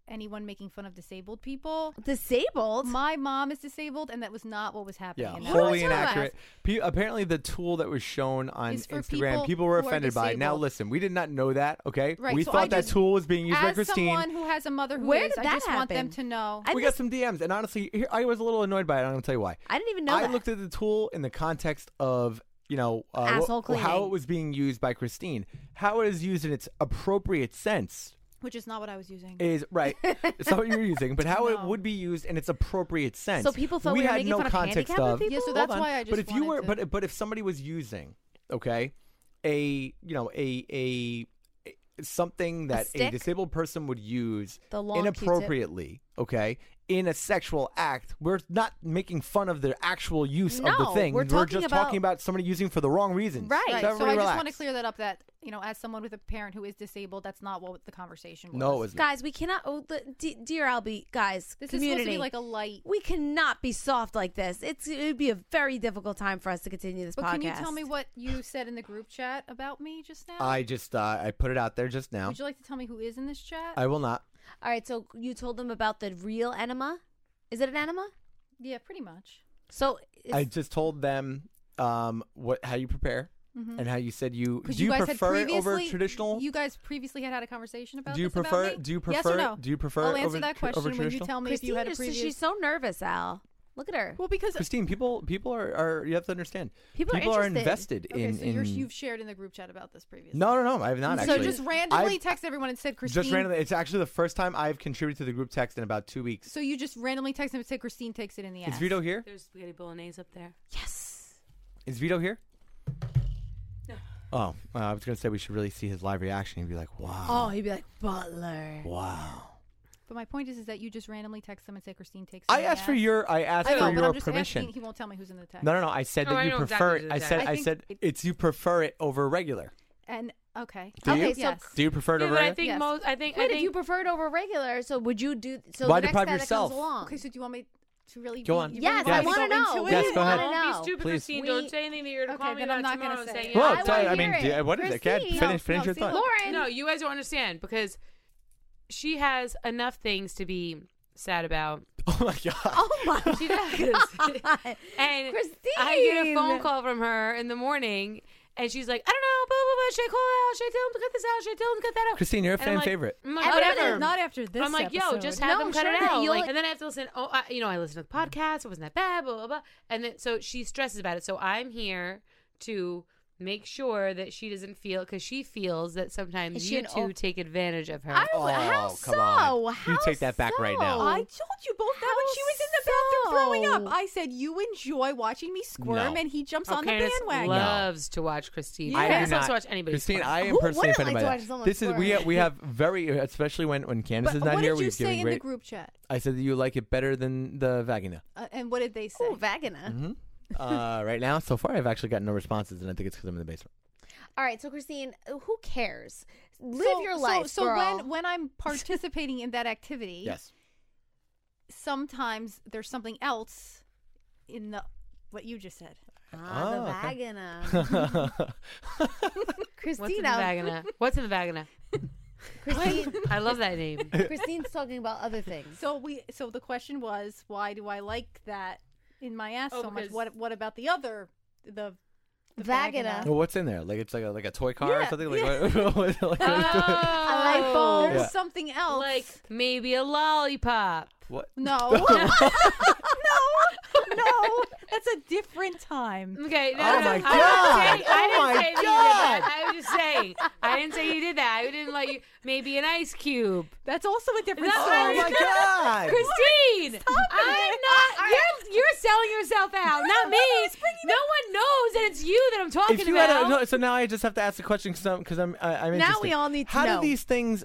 S2: anyone making fun of disabled people.
S3: disabled.
S2: My mom is disabled, and that was not what was happening.
S5: Yeah,
S2: and that was-
S5: wholly inaccurate. Pe- apparently, the tool that was shown on
S2: Is for
S5: Instagram, people,
S2: people
S5: were
S2: who are
S5: offended by. it. Now,
S2: disabled.
S5: listen, we did not know that. Okay,
S2: Right,
S5: we
S2: so I
S5: thought that
S2: just-
S5: tool was being used by
S2: As
S5: Christine.
S2: someone who has a mother who
S3: Where
S2: is,
S3: did
S2: I
S3: that
S2: just want them
S3: happen?
S2: to know.
S3: I
S5: we
S3: just-
S5: got some DMs, and honestly, here, I was a little annoyed by it. and I'm gonna tell you why.
S3: I didn't even know
S5: I
S3: that.
S5: looked at the tool in the context of you know uh, wh-
S3: Asshole cleaning.
S5: how it was being used by Christine, how it is used in its appropriate sense
S2: which is not what I was using.
S5: is right. it's not what you're using, but how it
S2: No.
S5: would be used in its appropriate sense.
S3: So people thought we were
S5: had
S3: making
S5: no
S3: fun of
S5: context
S3: handicapped
S5: of.
S3: people?
S2: Yeah, so
S5: Hold
S2: that's
S5: on.
S2: why I
S5: But
S2: just
S5: if you were,
S2: wanted to-
S5: but but if somebody was using, okay, a you know a a, a- something that a,
S3: stick?
S5: disabled person would use
S3: The long Q-tip.
S5: inappropriately, okay. In a sexual act, we're not making fun of their actual use of the
S3: No,
S5: thing.
S3: we're talking
S5: just
S3: about-
S5: talking about somebody using for the wrong reasons.
S3: Right.
S2: Right.
S5: So,
S2: So I
S5: everybody
S2: just want to
S5: relax.
S2: clear that up. That you know, as someone with a parent who is disabled, that's not what the conversation was.
S5: No, it was not.
S3: guys, we cannot. Oh, the, d- dear Albie, guys,
S2: This
S3: community,
S2: is supposed to be like a light.
S3: we cannot be soft like this. It's it would be a very difficult time for us to continue this
S2: But
S3: podcast.
S2: can you tell me what you said in the group chat about me just now?
S5: I just uh, I put it out there just now.
S2: Would you like to tell me who is in this chat?
S5: I will not.
S3: All right, so you told them about the real enema. Is it an enema?
S2: yeah, pretty much.
S3: So
S5: I
S3: it's-
S5: just told them um, what how you prepare and how you said you do
S2: Because
S5: you,
S2: Mm-hmm. guys
S5: prefer
S2: had
S5: it over
S2: previously-
S5: traditional.
S2: You guys previously had had a conversation about.
S5: Do you
S2: this about
S5: prefer-
S2: me?
S5: do you
S2: Yes or
S5: prefer-
S2: no?
S5: do you prefer
S2: I'll
S5: over
S2: answer that
S5: tr- over
S2: question when you
S5: traditional?
S2: tell me
S3: Christine,
S2: if you had a
S3: is-
S2: previous.
S3: she's so nervous, Al. Look at her.
S2: well, because
S5: Christine, people people are, are you have to understand.
S3: People are interested.
S5: invested
S2: okay,
S5: in
S2: so you're,
S5: in-
S2: you've shared in the group chat about this previously.
S5: No, no, no. I have not
S2: so
S5: actually.
S2: just randomly
S5: I've-
S2: text everyone and said Christine.
S5: Just randomly. It's actually the first time I've contributed to the group text in about two weeks.
S2: So you just randomly text them and say Christine takes it in the ass.
S5: Is Vito here?
S4: There's spaghetti bolognese up there.
S3: Yes.
S5: Is Vito here? Oh, uh, I was gonna say we should really see his live reaction. He'd be like,
S3: Oh,
S5: "Wow,
S3: he'd be like
S2: Oh.
S3: Butler.
S5: wow."
S2: But my point is, is that you just randomly text them and say Christine takes. my
S5: I asked for
S2: ass."
S5: your. I asked
S2: I know,
S5: for
S2: but
S5: your
S2: I'm just
S5: permission.
S2: Asking, he won't tell me who's in the text.
S5: No, no, no. I said
S4: Oh,
S5: that
S4: I
S5: you
S4: know
S5: prefer.
S4: exactly
S5: I
S4: who's
S5: said.
S2: that.
S5: I,
S2: I think
S5: said
S2: it-
S5: it's you prefer it over regular.
S2: And okay.
S5: Do you?
S3: Okay, so
S2: Yes.
S5: Do you prefer it
S4: Yeah,
S5: over
S4: but I
S5: regular?
S4: think
S2: Yes.
S4: most. I think. I
S3: Wait, if
S4: think
S3: you preferred over regular, so would you do? So
S5: Why
S3: the next
S5: deprive
S3: guy
S5: yourself?
S3: that comes along.
S2: Okay, so do you want me to really?
S5: Go
S2: be-
S5: on.
S2: you really
S3: yes,
S5: Yes.
S3: I want to know.
S2: into it?
S5: Yes, go ahead.
S3: I wanna
S4: Don't
S3: know.
S4: be stupid,
S5: Please.
S4: Christine.
S3: We-
S4: Don't say anything that you're gonna
S2: Okay,
S4: call me
S2: then
S4: about
S2: I'm not gonna
S4: tomorrow.
S2: say
S4: Say
S2: it.
S4: yeah,
S5: Well,
S4: I
S5: I'm sorry,
S4: wanna
S5: I mean,
S4: hear
S5: do-
S4: it.
S5: what is it? Can't
S2: Christine.
S5: finish. Finish
S2: No,
S5: your
S2: see,
S5: thought.
S2: look.
S3: Lauren.
S4: No, you guys don't understand because she has enough things to be sad about.
S5: Oh my god.
S3: Oh my
S4: She does.
S3: god.
S4: And
S3: Christine.
S4: I get a phone call from her in the morning, and she's like, I don't know, blah blah blah. Should I call it out? Should I tell him to cut this out? Should I tell him to cut that out?
S5: Christine, you're a
S4: And I'm
S5: fan
S4: like,
S5: favorite.
S4: "Mm, like,
S3: Everyone
S4: whatever.
S3: is
S2: Not after this.
S4: I'm like, yo,
S2: episode.
S4: just have
S3: No,
S4: them cut
S3: sure
S4: it
S3: that
S4: out.
S3: you'll-
S4: Like, and then I have to listen. Oh, I, you know, I listened to the podcast. It wasn't that bad. Blah blah blah. And then so she stresses about it. So I'm here to make sure that she doesn't feel because she feels that sometimes
S3: Is she
S4: you
S3: an
S4: two
S3: old-
S4: take advantage of her.
S3: I,
S5: Oh,
S3: how
S5: come
S3: so?
S5: on. You
S3: How
S5: take that back right now.
S3: so?
S2: I told you both that when she was in the bathroom throwing up. I said you enjoy watching me squirm,
S5: No.
S2: and he jumps
S4: Oh,
S2: on the
S4: Candace
S2: bandwagon.
S4: loves to watch Christine.
S2: I do
S4: Candace
S5: not-
S4: loves to watch anybody.
S5: Christine,
S4: squirm.
S5: I am
S3: Who
S5: personally
S3: wouldn't
S5: offended
S3: like to
S5: by
S3: watch
S5: that.
S3: someone
S5: This is we
S3: squirt?
S5: we have very especially when when Candace
S2: But
S5: is not
S2: what
S5: here.
S2: did you
S5: We're
S2: say
S5: doing
S2: in the
S5: great.
S2: group chat?
S5: I said that you like it better than the vagina.
S2: Uh, and what did they say?
S3: Ooh, vagina.
S5: Mm-hmm. uh, right now, so far, I've actually gotten no responses, and I think it's because I'm in the basement.
S3: All right, so Christine, who cares? Live
S2: So-
S3: your
S2: so-
S3: life,
S2: So,
S3: girl.
S2: when when I'm participating in that activity,
S5: Yes.
S2: sometimes there's something else in the what you just said.
S3: ah, the
S5: Oh, okay.
S3: vagina.
S5: I
S4: What's in the
S3: Christina.
S4: vagina? What's in the vagina?
S3: Christine,
S4: I love that name.
S3: Christine's talking about other things.
S2: So we so the question was, why do I like that in my ass
S4: Oh,
S2: so much?
S4: because-
S2: What what about the other the, the
S3: Vagina.
S5: Well, what's in there? Like it's like a like a toy car or
S2: Yeah,
S5: something. Like, what, what, like,
S3: Uh, Oh.
S2: There's
S5: Yeah.
S2: something else.
S4: Like maybe a lollipop.
S5: what?
S2: no, no, no, that's a different time.
S4: Okay. No,
S5: Oh
S4: no,
S5: my
S4: I wasn't
S5: God.
S4: saying- I
S5: Oh
S4: didn't
S5: my
S4: say that you did that. I was just saying. I didn't say you did that. I didn't let you. Maybe an ice cube.
S2: That's also a different
S4: That's
S5: Oh
S2: story.
S5: my god!
S4: Christine, I'm
S2: it.
S4: not. You're, you're selling yourself out, not me. No one knows that it's you that I'm talking
S5: If you
S4: about.
S5: had a, no, so now I just have to ask the question because I'm because I'm I, I'm
S3: Now
S5: interested.
S3: we all need to
S5: How
S3: know.
S5: do these things?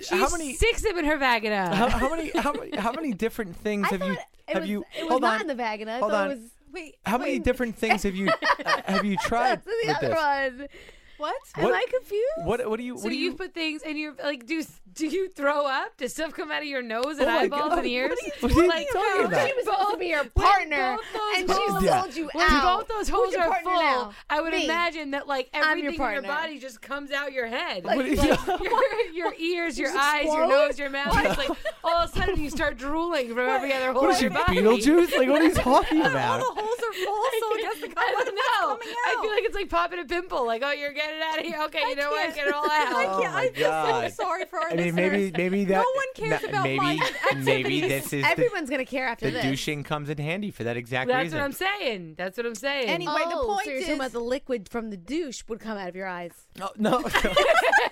S4: She
S5: how many?
S4: sticks him in her vagina.
S5: How, how many? How, many- how many different things
S3: I
S5: have you?
S3: thought it
S5: Have
S3: was,
S5: you?
S3: It was
S5: hold
S3: not
S5: on.
S3: in the vagina. I
S5: Hold
S3: thought
S5: on.
S3: it was.
S2: Wait,
S5: How many
S2: wait,
S5: different things have you uh, have you tried
S3: That's the
S5: with
S3: other
S5: this?
S3: one.
S2: What?
S5: What-
S3: Am I confused?
S5: What what do you what
S4: so
S5: do
S4: you,
S5: you,
S4: put things in your like? Do do you throw up? Does stuff come out of your nose and
S5: Oh my
S4: eyeballs
S5: God.
S4: and ears?
S5: what are you
S4: like,
S5: talking
S4: how-
S5: about?
S3: She was supposed to be your
S4: when
S3: partner,
S4: both those
S3: and she
S4: holes-
S3: sold
S5: Yeah.
S3: you
S4: When
S3: out.
S4: both
S3: Who's
S4: those holes
S3: your
S4: are
S3: partner
S4: full,
S3: now?
S4: I would
S3: Me.
S4: imagine that like
S3: I'm your
S4: everything in your
S3: partner.
S4: body just comes out your head.
S5: What are you-
S4: Like, your, your ears, your
S3: Just
S4: eyes, your
S3: explode?
S4: nose, your mouth. It's like all of a sudden you start drooling from every other hole
S5: What is
S4: in
S5: she
S4: your body.
S5: Beetlejuice? Like what are you talking about?
S2: All the holes are full, so it has to come
S4: I
S2: out.
S4: don't know.
S2: coming
S4: I feel
S2: out.
S4: like it's like popping a pimple. Like, oh, you're getting it out of here. Okay, you know what? Get it all out.
S2: I
S5: Oh
S2: can't.
S5: my
S2: I feel
S5: God.
S2: so sorry for our
S5: I mean,
S2: listeners.
S5: maybe maybe that
S2: one cares
S5: that-
S2: about
S5: maybe
S2: my
S5: maybe this is the,
S3: Everyone's gonna care after
S5: the
S3: this.
S5: douching comes in handy for that exact
S4: That's
S5: reason.
S4: what I'm saying. That's what I'm saying.
S2: Any- Anyway, the
S3: oh,
S2: point
S3: so you're talking
S2: is-
S3: about the liquid from the douche would come out of your eyes.
S5: No, no.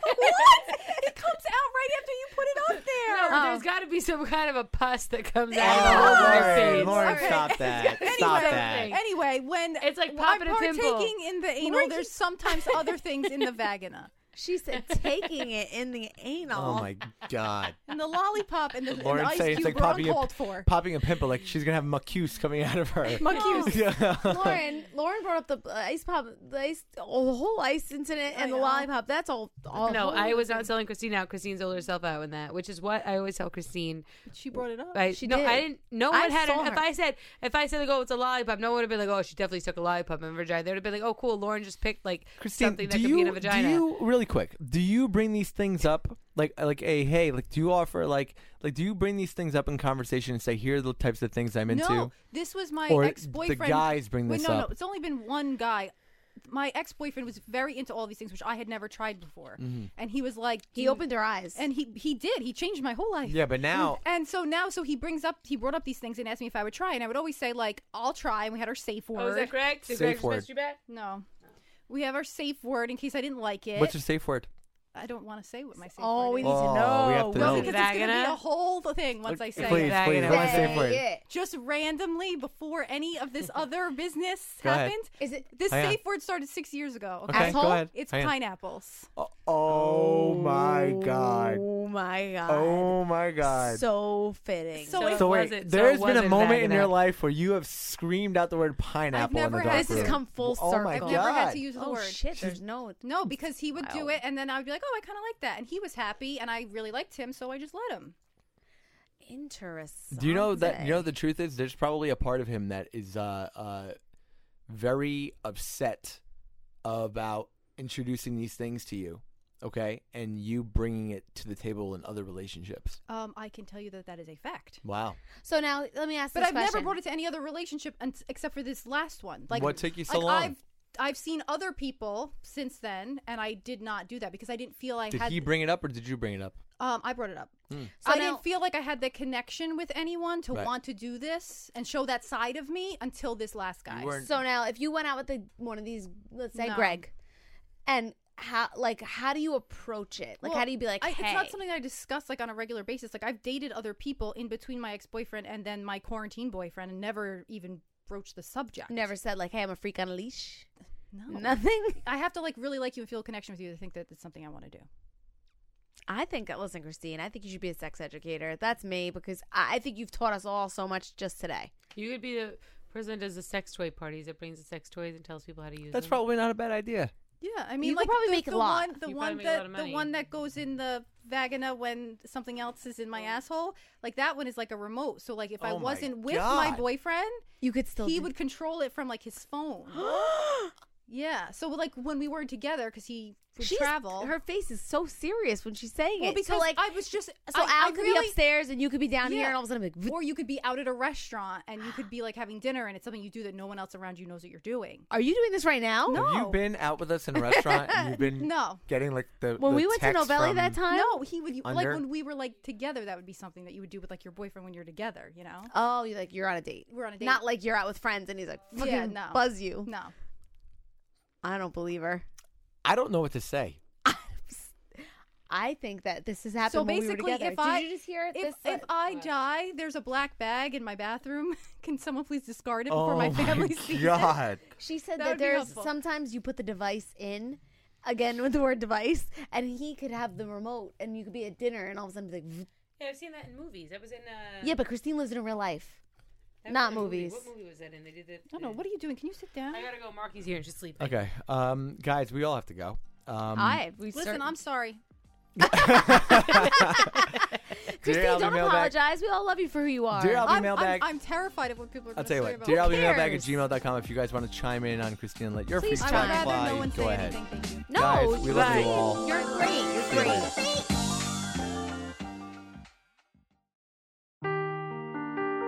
S2: it comes out right after you put it up
S4: No,
S2: there.
S4: but
S3: Oh.
S4: there's got to be some kind of a pus that comes out of the
S5: Oh,
S4: hole in your
S5: Lauren,
S4: face.
S5: Lauren,
S2: Okay.
S5: stop that. Stop
S2: Anyway.
S5: that.
S2: Anyway, when
S4: It's like
S2: I'm
S4: popping a pimple.
S2: partaking in the anal, there's sometimes other things in the vagina,
S3: She said taking it in the anal.
S5: Oh my god.
S2: and the lollipop and the, and the
S5: Lauren
S2: ice
S5: saying
S2: cube
S5: it's like
S2: were
S5: popping a,
S2: uncalled for.
S5: popping a pimple, like she's gonna have mucus coming out of her.
S2: Mucus.
S5: Yeah.
S3: Lauren, Lauren brought up the uh, ice pop, the ice, oh, the whole ice incident, and the
S2: yeah.
S3: lollipop. That's all. all
S4: No,
S3: whole-
S4: I was not selling Christine out. Christine sold herself out in that, which is what I always tell Christine.
S2: She brought it up.
S4: I,
S3: She
S4: no, I
S3: did.
S4: didn't. No
S3: I
S4: one had.
S3: saw
S4: An, if
S3: her.
S4: I said, if I said, like, oh, it's a lollipop, no one would have been like, oh, she definitely took a lollipop in her vagina. They would have been like, oh, cool. Lauren just picked like
S5: Christine,
S4: something that
S5: do
S4: could
S5: you
S4: be in a vagina.
S5: do you really quick? Do you bring these things up like like a hey like do you offer like like do you bring these things up in conversation and say here are the types of things I'm into?
S2: No, this was my
S5: Or
S2: ex boyfriend.
S5: the guys bring
S2: Wait,
S5: this
S2: no,
S5: up.
S2: no, it's only been one guy. My ex boyfriend was very into all these things, which I had never tried before,
S5: Mm-hmm.
S2: and he was like, "Do
S3: He
S2: you-"
S3: opened her eyes.
S2: and he he did. He changed my whole life.
S5: Yeah, but now
S2: Mm, And so now, so he brings up, he brought up these things and asked me if I would try, and I would always say like, "I'll try," and we had our safe word.
S4: Oh, is that correct? Did
S5: Safe
S4: Greg just
S5: word.
S4: message you back?
S2: No, we have our safe word in case I didn't like it.
S5: what's your safe word?
S2: I don't want to say what my safe
S3: Oh,
S2: word
S3: we
S2: is.
S3: need to
S5: Oh,
S3: know.
S5: we have to
S2: no,
S5: know.
S2: because it's going to be
S4: Vagina?
S2: a whole thing once I say
S5: please,
S2: it.
S4: Vagina.
S5: please, one
S3: Say
S5: safe word.
S3: it.
S2: Just randomly before any of this other business
S5: Go ahead.
S2: happened.
S3: Is it
S2: This
S5: Hang on.
S2: safe word started six years ago.
S5: Okay,
S3: Asshole?
S5: go ahead.
S2: It's
S5: Hang on.
S2: pineapples.
S5: Oh, oh my god.
S3: Oh my god.
S5: Oh my god.
S3: So fitting. Oh,
S2: So it
S5: So wait,
S4: was it- so
S5: there's
S4: it
S5: been a
S4: wasn't
S5: moment in
S4: vagina.
S5: your life where you have screamed out the word pineapple in
S2: never
S5: the
S2: had-
S5: dark
S3: this has
S5: room.
S3: come full
S5: Oh
S3: circle.
S5: my
S2: I've
S5: god.
S2: never had to use the
S3: oh
S2: word.
S3: shit, there's no
S2: No, because he would do
S3: Wow.
S2: it, and then I would be like, "Oh, I kind of like that," and he was happy, and I really liked him, so I just let him.
S3: interest.
S5: Do you know that you know the truth is there's probably a part of him that is uh uh very upset about introducing these things to you, okay? And you bringing it to the table in other relationships.
S2: Um, I can tell you that that is a fact.
S5: Wow.
S3: So now let me ask
S2: But
S3: this
S2: I've never
S3: question.
S2: brought it to any other relationship un- except for this last one. Like
S5: What took you so
S2: like,
S5: long?
S2: I've I've seen other people since then, and I did not do that because I didn't feel I
S5: Did
S2: had.
S5: he bring it up or did you bring it up?
S2: um, I brought it up.
S3: So
S2: I
S3: now-
S2: didn't feel like I had the connection with anyone to
S5: Right.
S2: want to do this and show that side of me until this last guy.
S5: weren't-
S3: So now, if you went out with the, one of these, let's say
S2: No.
S3: Greg, and how like how do you approach it? Like how
S2: Well,
S3: do you be like,
S2: I,
S3: hey,
S2: It's not something that I discuss like on a regular basis. Like I've dated other people in between my ex boyfriend and then my quarantine boyfriend, and never even broached the subject.
S3: never said like, hey, I'm a freak on a leash.
S2: No.
S3: Nothing.
S2: I have to like really like you and feel a connection with you to think that it's something I want to do.
S3: I think uh, listen, Christine, I think you should be a sex educator. That's me because I, I think you've taught us all so much just today.
S4: You could be the person that does the sex toy parties that brings the sex toys and tells people how to use
S5: That's
S4: them.
S5: probably not a bad idea.
S2: Yeah, I mean,
S3: could
S2: like
S3: probably
S2: the,
S3: make a
S2: the
S3: lot.
S2: one, the
S4: You
S2: one
S4: probably make a lot
S2: that
S4: of
S2: the
S4: money.
S2: one that goes in the vagina when something else is in my asshole. Like that one is like a remote. So like if I
S5: Oh my
S2: wasn't with my
S5: God.
S2: boyfriend,
S3: You could still.
S2: he
S3: do-
S2: would control it from like his phone. yeah. So like when we were together, because he would
S3: She's-
S2: travel.
S3: Her face is so serious when she's saying
S2: well,
S3: it.
S2: because
S3: so like,
S2: I was just
S3: so
S2: I, I
S3: Al could
S2: really-
S3: be upstairs and you could be down here,
S2: Yeah.
S3: and all of a sudden, I'm like,
S2: or you could be out at a restaurant and you could be like having dinner, and it's something you do that no one else around you knows that you're doing.
S3: are you doing this right now?
S2: No.
S5: Have you been out with us in a restaurant and you've been
S2: No.
S5: getting like the
S3: When
S5: the
S3: we went to
S5: text
S3: Novelli
S5: from-
S3: that time.
S2: No, he would you, like
S5: Under?
S2: when we were like together. That would be something that you would do with like your boyfriend when you're together. You know?
S3: Oh, you're like you're on a date.
S2: We're on a date.
S3: Not like you're out with friends and he's like fucking
S2: Yeah, no.
S3: buzz you.
S2: No.
S3: I don't believe her.
S5: I don't know what to say.
S3: I think that this has happened.
S2: so
S3: when
S2: basically,
S3: we were together.
S2: if I
S3: did you just hear it?
S2: if,
S3: this
S2: if I die, there's a black bag in my bathroom. Can someone please discard it before my family sees it?
S5: Oh God.
S3: she said
S2: that
S3: that
S2: would be
S3: there's
S2: helpful.
S3: sometimes you put the device in. Again with the word device, and he could have the remote, and you could be at dinner, and all of a sudden be like, "Vroom."
S4: Yeah, I've seen that in movies. That was in. Uh,
S3: "Yeah, but Christine lives in real life."
S4: that was
S3: not
S4: in a movie.
S3: movies.
S4: What movie was that in? They did the.
S2: I don't know. What are you doing? Can you sit down?
S4: I gotta go. Marky's here and she's sleeping.
S5: Okay. Um guys, we all have to go. Um
S3: I we
S2: Listen, I'm sorry.
S3: Christine.
S5: Dear Albie
S3: Don't
S5: Mailbag-
S3: apologize. We all love you for who you are.
S5: Dear Albie
S2: I'm, I'm,
S5: Mailbag.
S2: I'm terrified of what people are
S5: I'll
S2: going to
S5: tell
S2: say
S5: you what.
S2: about
S5: Dear
S2: me.
S5: Albie Mailbag at
S3: cares?
S5: gmail.com if you guys want to chime in on Christine and let your
S3: Please
S5: freak
S3: chime
S2: I would rather no one
S3: in.
S5: flag fly, go
S2: say
S5: ahead.
S2: anything. Thank you.
S3: no,
S5: Guys, we love you
S4: Bye.
S5: all.
S3: You're great. You're
S5: See you
S3: great.
S5: later.